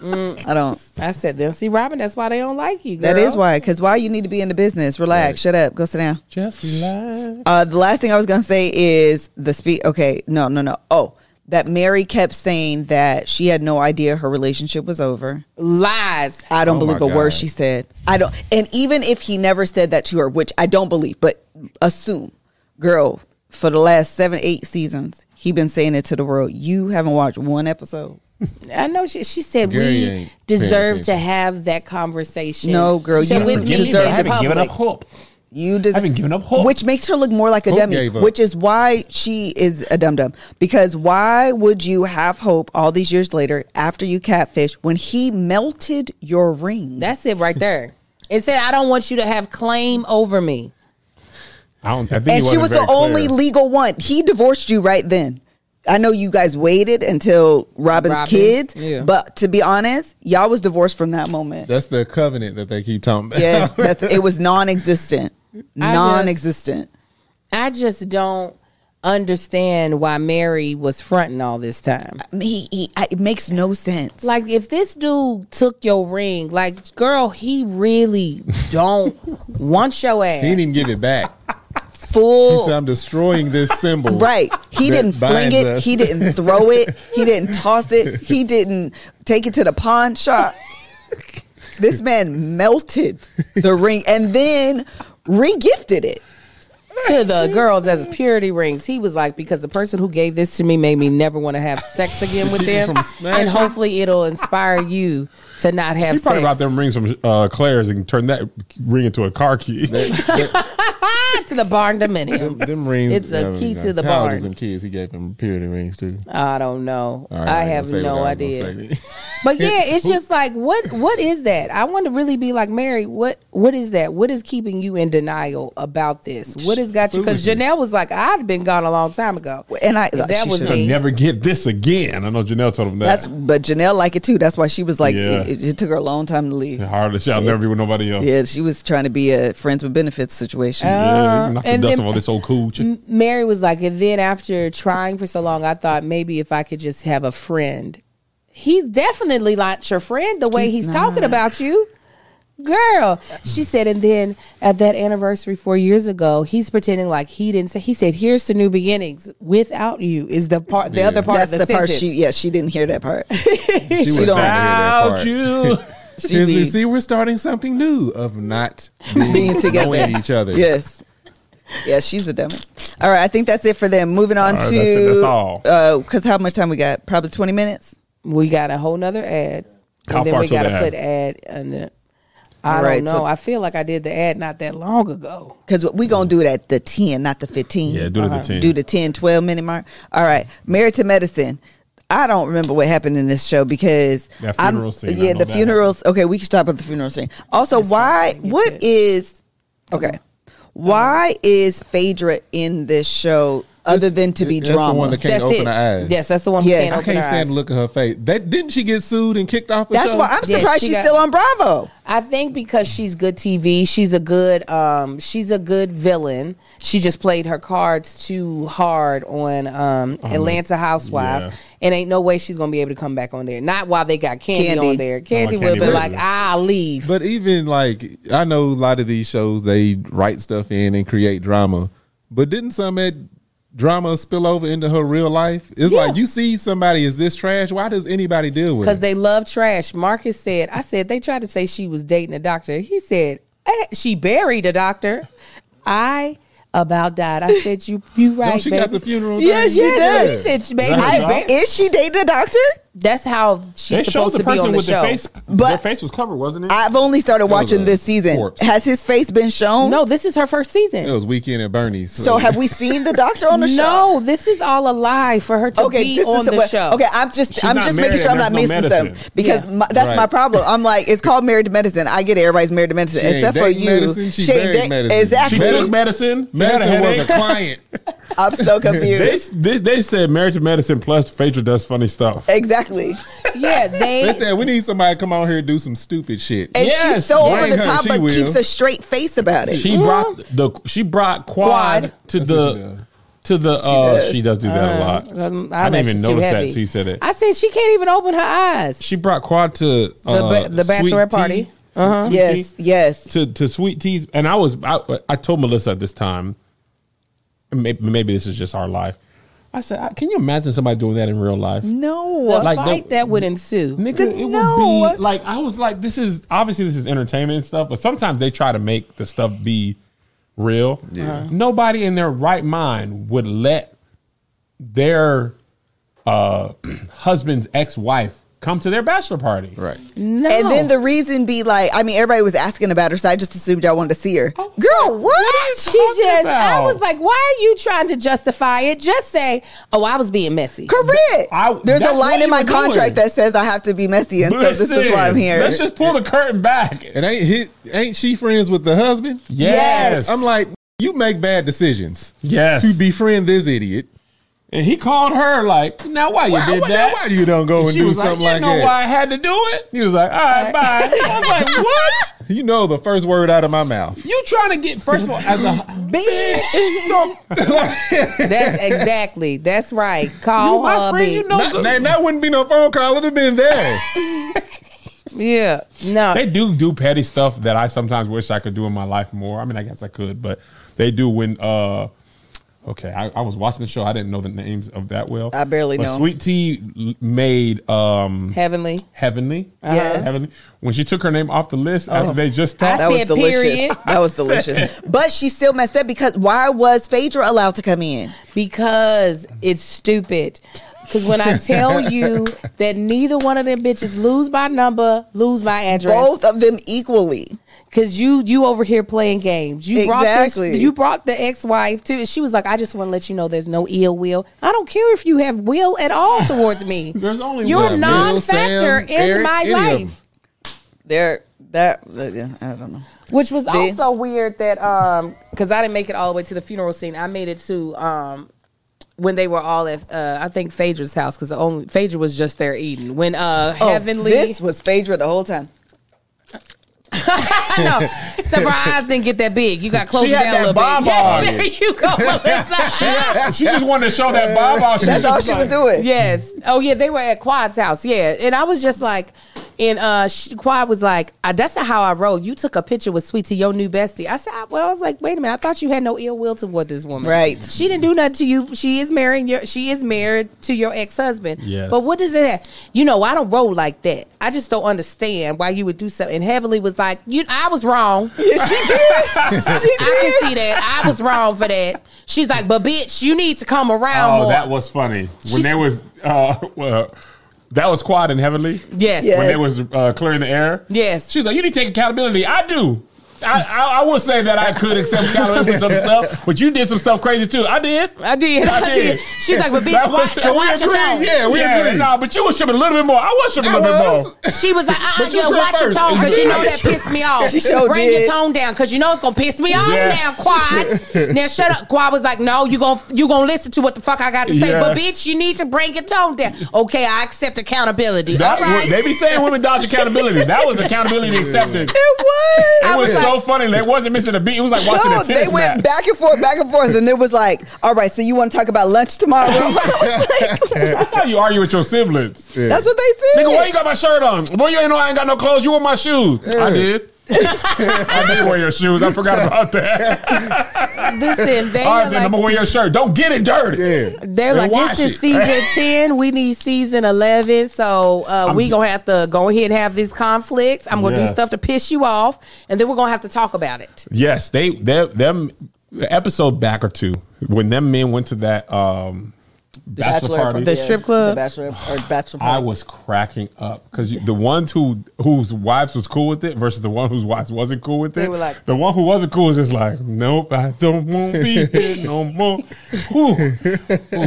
Speaker 3: Mm.
Speaker 5: I don't.
Speaker 4: I said, "Then see, Robin. That's why they don't like you.
Speaker 5: That is
Speaker 4: girl."
Speaker 5: why. Because why you need to be in the business? Relax. Shut up. Go sit down.
Speaker 3: Just relax.
Speaker 5: Uh, the last thing I was gonna say is the speak. Okay, no, no, no. Oh, that Mary kept saying that she had no idea her relationship was over.
Speaker 4: lies.
Speaker 5: I don't
Speaker 6: Oh
Speaker 5: believe
Speaker 6: my
Speaker 5: a word
Speaker 6: God.
Speaker 5: she said. I don't. And even if he never said that to her, which I don't believe, but assume, girl, for the last seven, eight seasons, he been saying it to the world. You haven't watched one episode.
Speaker 4: I know she, she said
Speaker 6: Gary
Speaker 4: we
Speaker 6: ain't paying
Speaker 4: deserve to
Speaker 6: attention.
Speaker 4: have that conversation.
Speaker 5: No, girl,
Speaker 4: She
Speaker 5: you
Speaker 4: said, with
Speaker 5: forget
Speaker 4: me
Speaker 5: deserve
Speaker 4: and
Speaker 5: I
Speaker 4: the
Speaker 5: haven't
Speaker 4: public.
Speaker 3: hope.
Speaker 5: You just
Speaker 3: I've been giving up hope.
Speaker 5: which makes her look more like a
Speaker 6: Hope
Speaker 5: dummy,
Speaker 6: gave up.
Speaker 5: which is why she is a dum dum. Because why would you have hope all these years later after you catfish when he melted your ring?
Speaker 4: That's it right there. It said, I don't want you to have claim over me.
Speaker 3: I don't. I think he
Speaker 5: and she
Speaker 3: wasn't
Speaker 5: was the
Speaker 3: very clear.
Speaker 5: only legal one. He divorced you right then. I know you guys waited until Robin's
Speaker 4: Robin,
Speaker 5: kids,
Speaker 4: yeah.
Speaker 5: but to be honest, y'all was divorced from that moment.
Speaker 6: That's the covenant that they keep talking about.
Speaker 5: yes, that's it was non-existent,
Speaker 4: just-
Speaker 5: non-existent.
Speaker 4: I just don't understand why Mary was fronting all this time.
Speaker 5: I mean, He, he, I, it makes no sense.
Speaker 4: Like, if this dude took your ring, like, girl, he really don't want your ass.
Speaker 6: He didn't give it back. He
Speaker 5: full
Speaker 6: said, I'm destroying this symbol.
Speaker 5: Right. He
Speaker 6: that
Speaker 5: didn't fling
Speaker 6: binds
Speaker 5: it.
Speaker 6: us."
Speaker 5: He didn't throw it. He didn't toss it. He didn't take it to the pawn shop. This man melted the ring and then regifted it.
Speaker 4: to the girls as purity rings. He was like, because the person who gave this to me made me never want to have sex again with
Speaker 6: Keep it
Speaker 4: them,
Speaker 6: from smashing.
Speaker 4: and hopefully it'll inspire you to not have
Speaker 3: He probably
Speaker 4: sex.
Speaker 3: bought them rings from uh, Claire's and turned that ring into a car key.
Speaker 4: Ah, to the barn
Speaker 6: Them,
Speaker 4: dominium.
Speaker 6: them rings.
Speaker 4: It's a
Speaker 6: I mean,
Speaker 4: key to the
Speaker 6: how old
Speaker 4: barn.
Speaker 6: is them kids. He gave them purity rings too.
Speaker 4: I don't know.
Speaker 6: All right,
Speaker 4: I
Speaker 6: ain't
Speaker 4: have
Speaker 6: gonna say
Speaker 4: no
Speaker 6: what I was
Speaker 4: idea.
Speaker 6: gonna say.
Speaker 4: But yeah, it's just like what what is that? I want to really be like Mary. What what is that? What is keeping you in denial about this? What has got you? Because
Speaker 6: Foolishness.
Speaker 4: Janelle was like, I'd been gone a long time ago.
Speaker 5: And I
Speaker 4: That
Speaker 5: she
Speaker 4: was
Speaker 5: should've-
Speaker 4: me.
Speaker 3: Never get this again. I know Janelle told him that.
Speaker 5: That's but Janelle liked it too. That's why she was like
Speaker 3: Yeah.
Speaker 5: it, it took her a long time to leave.
Speaker 3: Hardest I'll never be with nobody else.
Speaker 5: Yeah, she was trying to be a friends with benefits
Speaker 4: Oh,
Speaker 5: situation.
Speaker 3: Yeah, knock the
Speaker 4: and
Speaker 3: dust
Speaker 4: then- Mm,
Speaker 3: off all this old cooch.
Speaker 4: Mary was like, and then after trying for so long, I thought maybe if I could just have a friend. He's definitely not your friend the way he's, talking about you. Girl, she said, and then at that anniversary four years ago, he's pretending like he didn't say. He said, "Here's to new beginnings without you." Is the part the other part
Speaker 5: That's
Speaker 4: of
Speaker 5: the,
Speaker 4: the,
Speaker 5: part
Speaker 4: sentence.
Speaker 5: she yeah, she didn't hear that part.
Speaker 6: She, she
Speaker 5: don't-
Speaker 3: Without you.
Speaker 5: She
Speaker 6: Here's
Speaker 5: be-
Speaker 6: the, see, we're starting something new of not being,
Speaker 5: being together
Speaker 6: knowing each other.
Speaker 5: Yes. Yeah, she's a dummy. All right, I think that's it for them. Moving on
Speaker 3: All right,
Speaker 5: to
Speaker 3: that's it. That's all.
Speaker 5: Because how much time we got? Probably twenty minutes.
Speaker 4: we got a whole nother ad, and
Speaker 3: How
Speaker 4: then
Speaker 3: far
Speaker 4: we
Speaker 3: till
Speaker 4: got
Speaker 3: the
Speaker 4: to
Speaker 3: ad?
Speaker 4: put ad. In it. I
Speaker 5: Right,
Speaker 4: don't know.
Speaker 5: so-
Speaker 4: I feel like I did the ad not that long ago.
Speaker 5: Because we gonna do it at the ten, not the fifteen. Uh-huh.
Speaker 3: Yeah, do it at the 10.
Speaker 5: Do the 10, 12 minute mark. All right, married to medicine. I don't remember what happened in this show because
Speaker 3: That
Speaker 5: I'm-
Speaker 3: funeral scene, I
Speaker 5: Yeah,
Speaker 3: know
Speaker 5: the
Speaker 3: that
Speaker 5: funerals. Okay, we can stop at the funeral scene. Also, why?
Speaker 4: fine, get
Speaker 5: What
Speaker 4: it. Um,
Speaker 5: is? Okay, why is Phaedra in this show? other than to be
Speaker 6: that's the one
Speaker 5: drama.
Speaker 6: that can't
Speaker 4: that's
Speaker 6: open
Speaker 4: it.
Speaker 6: her eyes.
Speaker 4: Yes, that's the one.
Speaker 5: Yes.
Speaker 4: Yes. Who
Speaker 6: I
Speaker 4: can't open
Speaker 6: can't
Speaker 4: her
Speaker 6: stand
Speaker 4: eyes.
Speaker 6: the look of her face. That didn't she get sued and kicked off? her
Speaker 5: That's
Speaker 6: show?
Speaker 5: why I'm
Speaker 4: Yes,
Speaker 5: surprised
Speaker 4: she
Speaker 5: she's
Speaker 4: got-
Speaker 5: still on Bravo.
Speaker 4: I think because she's good TV, she's a good um she's a good villain. She just played her cards too hard on um Atlanta Housewives
Speaker 3: yeah.
Speaker 4: and ain't no way she's going to be able to come back on there. Not while they got Candy,
Speaker 5: Candy.
Speaker 4: on there. Candy
Speaker 3: Candy
Speaker 4: would have been
Speaker 3: would
Speaker 4: like,
Speaker 3: be.
Speaker 4: "I'll leave."
Speaker 6: But even like I know a lot of these shows they write stuff in and create drama. But didn't some of that drama spill over into her real life? It's
Speaker 4: Yeah.
Speaker 6: like you see somebody is this trash. Why does anybody deal with
Speaker 4: Because
Speaker 6: it?
Speaker 4: they love trash. Marcus said, I said, they tried to say she was dating a doctor. He said, eh, she buried a doctor. I about died. I said, you you right,
Speaker 6: Don't she
Speaker 4: baby.
Speaker 6: got the funeral?
Speaker 5: Yes,
Speaker 6: thing?
Speaker 5: she does.
Speaker 4: He said, baby,
Speaker 3: That's
Speaker 4: I
Speaker 3: a
Speaker 4: bur-
Speaker 3: doctor?
Speaker 5: Is she dating a doctor?
Speaker 4: that's how she's
Speaker 3: They showed
Speaker 4: supposed
Speaker 3: the
Speaker 4: to be on
Speaker 3: person
Speaker 4: the
Speaker 3: with
Speaker 4: show.
Speaker 3: their face.
Speaker 5: But-
Speaker 3: their face was covered, wasn't it?
Speaker 5: I've only started
Speaker 6: was
Speaker 5: watching
Speaker 6: a
Speaker 5: this season.
Speaker 6: corpse.
Speaker 5: Has his face been shown?
Speaker 4: no, this is her first season.
Speaker 3: Oh.
Speaker 6: It was weekend at Bernie's.
Speaker 5: So have we seen the doctor on the show?
Speaker 4: no, this is all a lie for her to be on the
Speaker 5: well,
Speaker 4: show.
Speaker 5: Okay, I'm just
Speaker 3: She's
Speaker 5: I'm
Speaker 3: not
Speaker 5: just
Speaker 3: married
Speaker 5: making sure I'm
Speaker 3: and
Speaker 5: not
Speaker 3: there's no
Speaker 5: missing
Speaker 3: medicine.
Speaker 5: something because
Speaker 4: Yeah.
Speaker 5: my, that's
Speaker 6: Right.
Speaker 5: my problem. I'm like, it's called married to medicine. I get it. Everybody's married to medicine,
Speaker 6: ain't
Speaker 5: except for
Speaker 6: dating
Speaker 5: you.
Speaker 6: medicine, she buried
Speaker 5: date-
Speaker 6: medicine.
Speaker 3: she
Speaker 5: Exactly.
Speaker 3: took medicine. She
Speaker 6: Madison
Speaker 3: had a
Speaker 6: was a
Speaker 3: headache.
Speaker 6: client.
Speaker 5: I'm so
Speaker 3: They,
Speaker 5: confused.
Speaker 3: they, they said marriage to medicine plus Phaedra does funny stuff.
Speaker 5: exactly.
Speaker 4: yeah, they,
Speaker 6: They said we need somebody to come out here and do some stupid shit.
Speaker 5: And she's
Speaker 3: Yes,
Speaker 5: so
Speaker 6: that
Speaker 5: over
Speaker 6: ain't
Speaker 5: the
Speaker 6: her,
Speaker 5: top,
Speaker 6: she
Speaker 5: but
Speaker 6: will.
Speaker 5: keeps a straight face about it.
Speaker 3: She brought the she brought quad,
Speaker 4: Mm-hmm. Quad.
Speaker 3: to
Speaker 6: That's what she does.
Speaker 3: the to the uh
Speaker 5: does.
Speaker 3: she does do that a lot.
Speaker 4: Um,
Speaker 3: I didn't
Speaker 4: eyelashes
Speaker 3: even
Speaker 4: too
Speaker 3: notice that
Speaker 4: heavy.
Speaker 3: till you said it.
Speaker 4: I said she can't even open her eyes.
Speaker 6: she brought Quad to
Speaker 4: the,
Speaker 6: uh,
Speaker 4: ba- the
Speaker 6: Sweet
Speaker 4: bachelorette
Speaker 6: Tea.
Speaker 4: party. Uh-huh.
Speaker 5: yes, yes.
Speaker 3: to to sweet teas, and I was I, I told Melissa at this time, maybe, maybe this is just our life. I said, I- can you imagine somebody doing that in real life?
Speaker 5: No.
Speaker 4: The
Speaker 3: Like
Speaker 4: fight
Speaker 3: the-
Speaker 4: that, would ensue.
Speaker 3: Nigga, it
Speaker 5: No.
Speaker 3: would be like I was like, this is obviously this is entertainment and stuff, but sometimes they try to make the stuff be real.
Speaker 4: Uh-huh.
Speaker 3: Nobody in their right mind would let their uh, husband's ex-wife come to their bachelor party.
Speaker 6: Right.
Speaker 4: No.
Speaker 5: And then the reason be like, I mean, everybody was asking about her, so I just assumed y'all wanted to see her.
Speaker 3: Oh,
Speaker 5: Girl, what?
Speaker 4: she just, I
Speaker 3: about?
Speaker 4: was like, why are you trying to justify it? Just say, oh, I was being messy.
Speaker 5: Correct.
Speaker 3: I-
Speaker 5: There's a
Speaker 3: that's
Speaker 5: line
Speaker 3: what
Speaker 5: in
Speaker 3: you
Speaker 5: my
Speaker 3: were doing.
Speaker 5: contract that says I have to be messy, and so this is
Speaker 3: Listen,
Speaker 5: why I'm here.
Speaker 3: Let's just pull the curtain back.
Speaker 6: And ain't his, ain't she friends with the husband?
Speaker 5: Yes.
Speaker 6: I'm like, you make bad decisions.
Speaker 3: Yes.
Speaker 6: To befriend this idiot.
Speaker 3: And he called her like, now why you
Speaker 6: Why,
Speaker 3: did
Speaker 6: why,
Speaker 3: that?
Speaker 6: why you don't go
Speaker 3: And
Speaker 6: and
Speaker 3: she
Speaker 6: do
Speaker 3: was like,
Speaker 6: something
Speaker 3: you
Speaker 6: like,
Speaker 3: know
Speaker 6: that?
Speaker 3: why I had to do it? He was like, all right, bye. I was like, what?
Speaker 6: You know the first word out of my mouth.
Speaker 3: You trying to get first of all as a
Speaker 4: That's exactly. That's right.
Speaker 3: you
Speaker 4: Call
Speaker 3: my
Speaker 4: her.
Speaker 3: friend, you
Speaker 4: bitch.
Speaker 3: know
Speaker 6: Not- that, that wouldn't be no phone call. It'd have been there.
Speaker 4: Yeah. No.
Speaker 3: they do do petty stuff that I sometimes wish I could do in my life more. I mean, I guess I could, but they do when. uh Okay, I, I was watching the show. I didn't know the names of that well.
Speaker 5: I barely
Speaker 3: But
Speaker 5: know.
Speaker 3: Sweet Tea l- made um
Speaker 4: Heavenly.
Speaker 3: Heavenly.
Speaker 5: Yes.
Speaker 3: Heavenly. When she took her name off the list after they just talked,
Speaker 5: that was
Speaker 4: said
Speaker 5: delicious.
Speaker 4: period.
Speaker 5: That was delicious. But she still messed up because why was Phaedra allowed to come in?
Speaker 4: Because it's stupid. Because when I tell you that neither one of them bitches lose my number, lose my address.
Speaker 5: Both of them equally.
Speaker 4: Cause you you over here playing games. You brought
Speaker 5: Exactly.
Speaker 4: this, you brought the ex wife too. She was like, I just want to let you know there's no ill will. I don't care if you have will at all towards me.
Speaker 3: There's only
Speaker 4: you're
Speaker 3: one.
Speaker 4: a
Speaker 3: Will,
Speaker 4: non factor
Speaker 6: Sam,
Speaker 4: in
Speaker 6: Eric,
Speaker 4: my
Speaker 6: any of them.
Speaker 4: life.
Speaker 5: There, that I don't know.
Speaker 4: Which was
Speaker 5: They-
Speaker 4: also weird that um because I didn't make it all the way to the funeral scene. I made it to um when they were all at uh, I think Phaedra's house because the only Phaedra was just there eating. When uh Heavenly
Speaker 5: Oh, This was Phaedra the whole time.
Speaker 4: I know. Except her eyes didn't get that big. You got closer
Speaker 3: had
Speaker 4: down
Speaker 3: that
Speaker 4: a little
Speaker 3: bob
Speaker 4: bit.
Speaker 3: on.
Speaker 4: Yes, there you go, Melissa.
Speaker 3: she just wanted to show that Bob out.
Speaker 5: That's all she was doing.
Speaker 4: Yes. Oh yeah, they were at Quad's house. Yeah, and I was just like, and uh, she, Quad was like, "Uh, "That's not how I roll." You took a picture with Sweet to your new bestie. I said, I- "Well, I was like, wait a minute. I thought you had no ill will toward this woman.
Speaker 5: Right.
Speaker 4: She didn't do nothing to you. She is marrying your. She is married to your ex husband.
Speaker 3: Yes.
Speaker 4: But what does it have? You know, I don't roll like that. I just don't understand why you would do something. And Heavenly was like, "You, I was wrong. I can see that. I was wrong for that." She's like, "But bitch, you need to come around
Speaker 3: Oh,
Speaker 4: more."
Speaker 3: that was funny when
Speaker 4: She's-
Speaker 3: there was uh, well, that was Quad and Heavenly
Speaker 4: yes.
Speaker 5: Yeah.
Speaker 3: when they was uh, clearing the air.
Speaker 4: Yes.
Speaker 3: she was like, "You need to take accountability." I do. I, I, I would say that I could accept accountability for some stuff, but you did some stuff crazy too. I did.
Speaker 4: I did.
Speaker 3: I
Speaker 4: I did.
Speaker 3: did.
Speaker 4: She's like, but
Speaker 3: That
Speaker 4: bitch,
Speaker 3: was
Speaker 4: watch,
Speaker 3: the- we
Speaker 4: watch your tone.
Speaker 6: Yeah, we
Speaker 3: yeah,
Speaker 6: agree.
Speaker 3: nah, but you was tripping a little bit more. I was tripping a
Speaker 6: I
Speaker 3: little bit more.
Speaker 6: was.
Speaker 4: She was like, uh, uh
Speaker 6: But you
Speaker 4: yeah,
Speaker 6: said
Speaker 4: watch your
Speaker 6: first.
Speaker 4: tone because you know that
Speaker 6: Yes.
Speaker 4: pissed me off.
Speaker 5: She sure
Speaker 4: Bring
Speaker 5: did.
Speaker 4: your tone down because you know it's gonna piss me off
Speaker 3: Yeah.
Speaker 4: now, Quad. now shut up. Quad was like, no, you gonna you gonna listen to what the fuck I got to say,
Speaker 3: Yeah.
Speaker 4: but bitch, you need to bring your tone down. Okay, I accept accountability.
Speaker 3: That
Speaker 4: All right.
Speaker 3: was- they be saying women dodge accountability. That was accountability acceptance. It
Speaker 5: It was.
Speaker 3: was so funny. They wasn't missing a beat. It was like watching
Speaker 5: No,
Speaker 3: a tennis
Speaker 5: they went
Speaker 3: match.
Speaker 5: back and forth, back and forth, and it was like, all right, so you want to talk about lunch tomorrow? I was like,
Speaker 3: That's how you argue with your siblings.
Speaker 5: that's what they said.
Speaker 3: Nigga, why you got my shirt on? Boy, you ain't know I ain't got no clothes. You wore my shoes. I did. I did wear your shoes. I forgot about that.
Speaker 4: Listen, they
Speaker 3: All right,
Speaker 4: are
Speaker 3: then I'm gonna
Speaker 4: like,
Speaker 3: wear your shirt. Don't get it dirty.
Speaker 6: Yeah.
Speaker 4: they're
Speaker 3: Then
Speaker 4: like,
Speaker 3: wash
Speaker 4: this is
Speaker 3: it.
Speaker 4: season ten. We need season eleven, so uh, we
Speaker 3: I'm-
Speaker 4: gonna have to go ahead and have these conflicts. I'm gonna do
Speaker 3: Yeah.
Speaker 4: stuff to piss you off, and then we're gonna have to talk about it.
Speaker 3: Yes, they they them episode back or two when them men went to that um bachelor, party.
Speaker 4: The strip club?
Speaker 5: the bachelor or bachelor.
Speaker 3: I
Speaker 5: party.
Speaker 3: was cracking up because the ones who whose wives was cool with it versus the one whose wives wasn't cool with it.
Speaker 4: They were like-
Speaker 3: the one who wasn't cool was just like, nope, I don't want to be here no more. Whew. Ooh,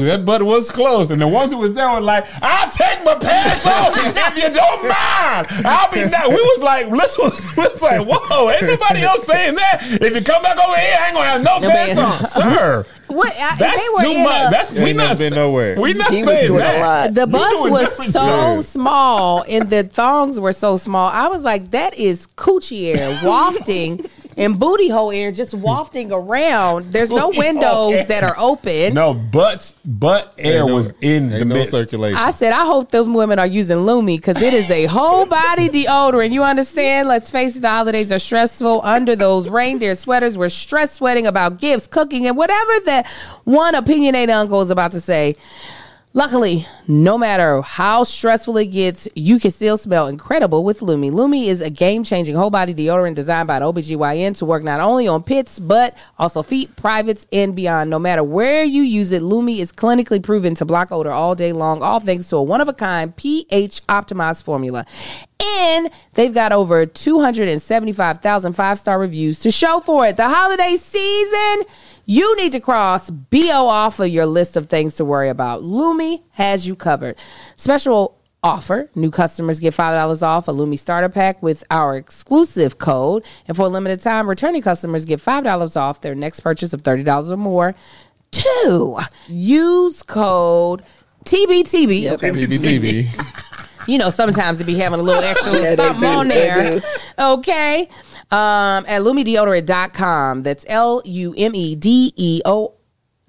Speaker 3: that butt was close, and the ones who was there were like, I'll take my pants off if you don't mind. I'll be now. We was like, this was, we was like, whoa, ain't nobody else saying that. If you come back over here, I ain't gonna have no,
Speaker 4: No
Speaker 3: pants
Speaker 4: man.
Speaker 3: on, sir.
Speaker 4: What? I,
Speaker 3: That's
Speaker 4: they were
Speaker 3: too
Speaker 4: in
Speaker 3: much.
Speaker 4: A,
Speaker 3: That's we
Speaker 6: Ain't
Speaker 3: not
Speaker 6: never been
Speaker 3: say-
Speaker 6: nowhere.
Speaker 3: We not
Speaker 5: He was
Speaker 3: saying
Speaker 5: doing a
Speaker 3: that.
Speaker 5: lot.
Speaker 4: the
Speaker 3: We
Speaker 4: bus
Speaker 3: doing
Speaker 4: was
Speaker 3: different
Speaker 4: so
Speaker 3: shit.
Speaker 4: small and the thongs were so small. I was like, that is coochie air wafting and booty hole air just wafting around. There's no
Speaker 3: Booty hole
Speaker 4: windows
Speaker 3: air.
Speaker 4: that are open.
Speaker 3: No, but but air
Speaker 6: Ain't no-
Speaker 3: was in
Speaker 6: ain't
Speaker 3: the
Speaker 6: no
Speaker 3: midst.
Speaker 6: circulation.
Speaker 4: I said, I hope them women are using Lumi because it is a whole body deodorant. You understand? Let's face it, the holidays are stressful. Under those reindeer sweaters, we're stress sweating about gifts, cooking, and whatever that one opinionated uncle is about to say. Luckily, no matter how stressful it gets, you can still smell incredible with Lumi. Lumi is a game changing whole body deodorant designed by an OBGYN to work not only on pits, but also feet, privates, and beyond. No matter where you use it, Lumi is clinically proven to block odor all day long, all thanks to a one of a kind pH optimized formula. And they've got over 275,000 five star reviews to show for it. The holiday season, you need to cross BO off of your list of things to worry about. Lumi has you covered. Special offer new customers get $5 off a Lumi starter pack with our exclusive code. And for a limited time, returning customers get $5 off their next purchase of $30 or more. Two, use code TBTB.
Speaker 6: TV.
Speaker 4: You know, sometimes it be having a little extra
Speaker 5: Yeah, they
Speaker 4: something
Speaker 5: do.
Speaker 4: on
Speaker 5: They
Speaker 4: there.
Speaker 5: do.
Speaker 4: Okay. Um, at lumideodorant.com. That's L U M E D E O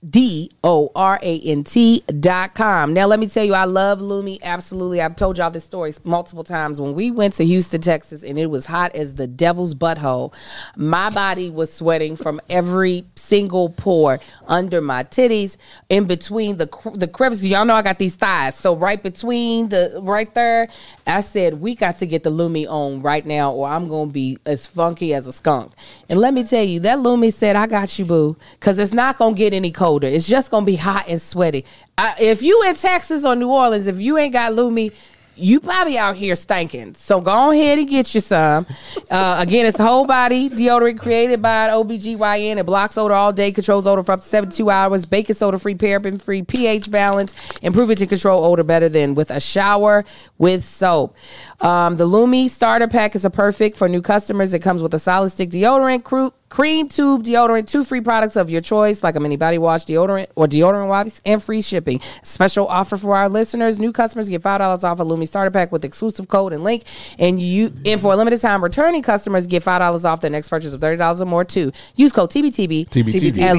Speaker 4: D O R A N T dot com. Now, let me tell you, I love Lumi. Absolutely. I've told y'all this story multiple times. When we went to Houston, Texas, and it was hot as the devil's butthole, my body was sweating from every single pore under my titties, in between the, cr- the crevices. Y'all know I got these thighs. So, right between the right there, I said, We got to get the Lumi on right now, or I'm going to be as funky as a skunk. And let me tell you, that Lumi said, I got you, boo, because it's not going to get any colder. It's just going to be hot and sweaty. I, if you in Texas or New Orleans, if you ain't got Lumi, you probably out here stinking. So go ahead and get you some. Uh, again, it's the whole body deodorant created by an OBGYN. It blocks odor all day, controls odor for up to 72 hours, baking soda free, paraben free, pH balance, improving to control odor better than with a shower with soap. Um, the Lumi starter pack is a perfect for new customers. It comes with a solid stick deodorant, cru- cream tube deodorant, two free products of your choice, like a mini body wash deodorant or deodorant wipes, and free shipping. Special offer for our listeners: new customers get five dollars off a Lumi starter pack with exclusive code and link. And you, and for a limited time, returning customers get five dollars off their next purchase of thirty dollars or more too. Use code TBTB
Speaker 6: TBTB.
Speaker 4: at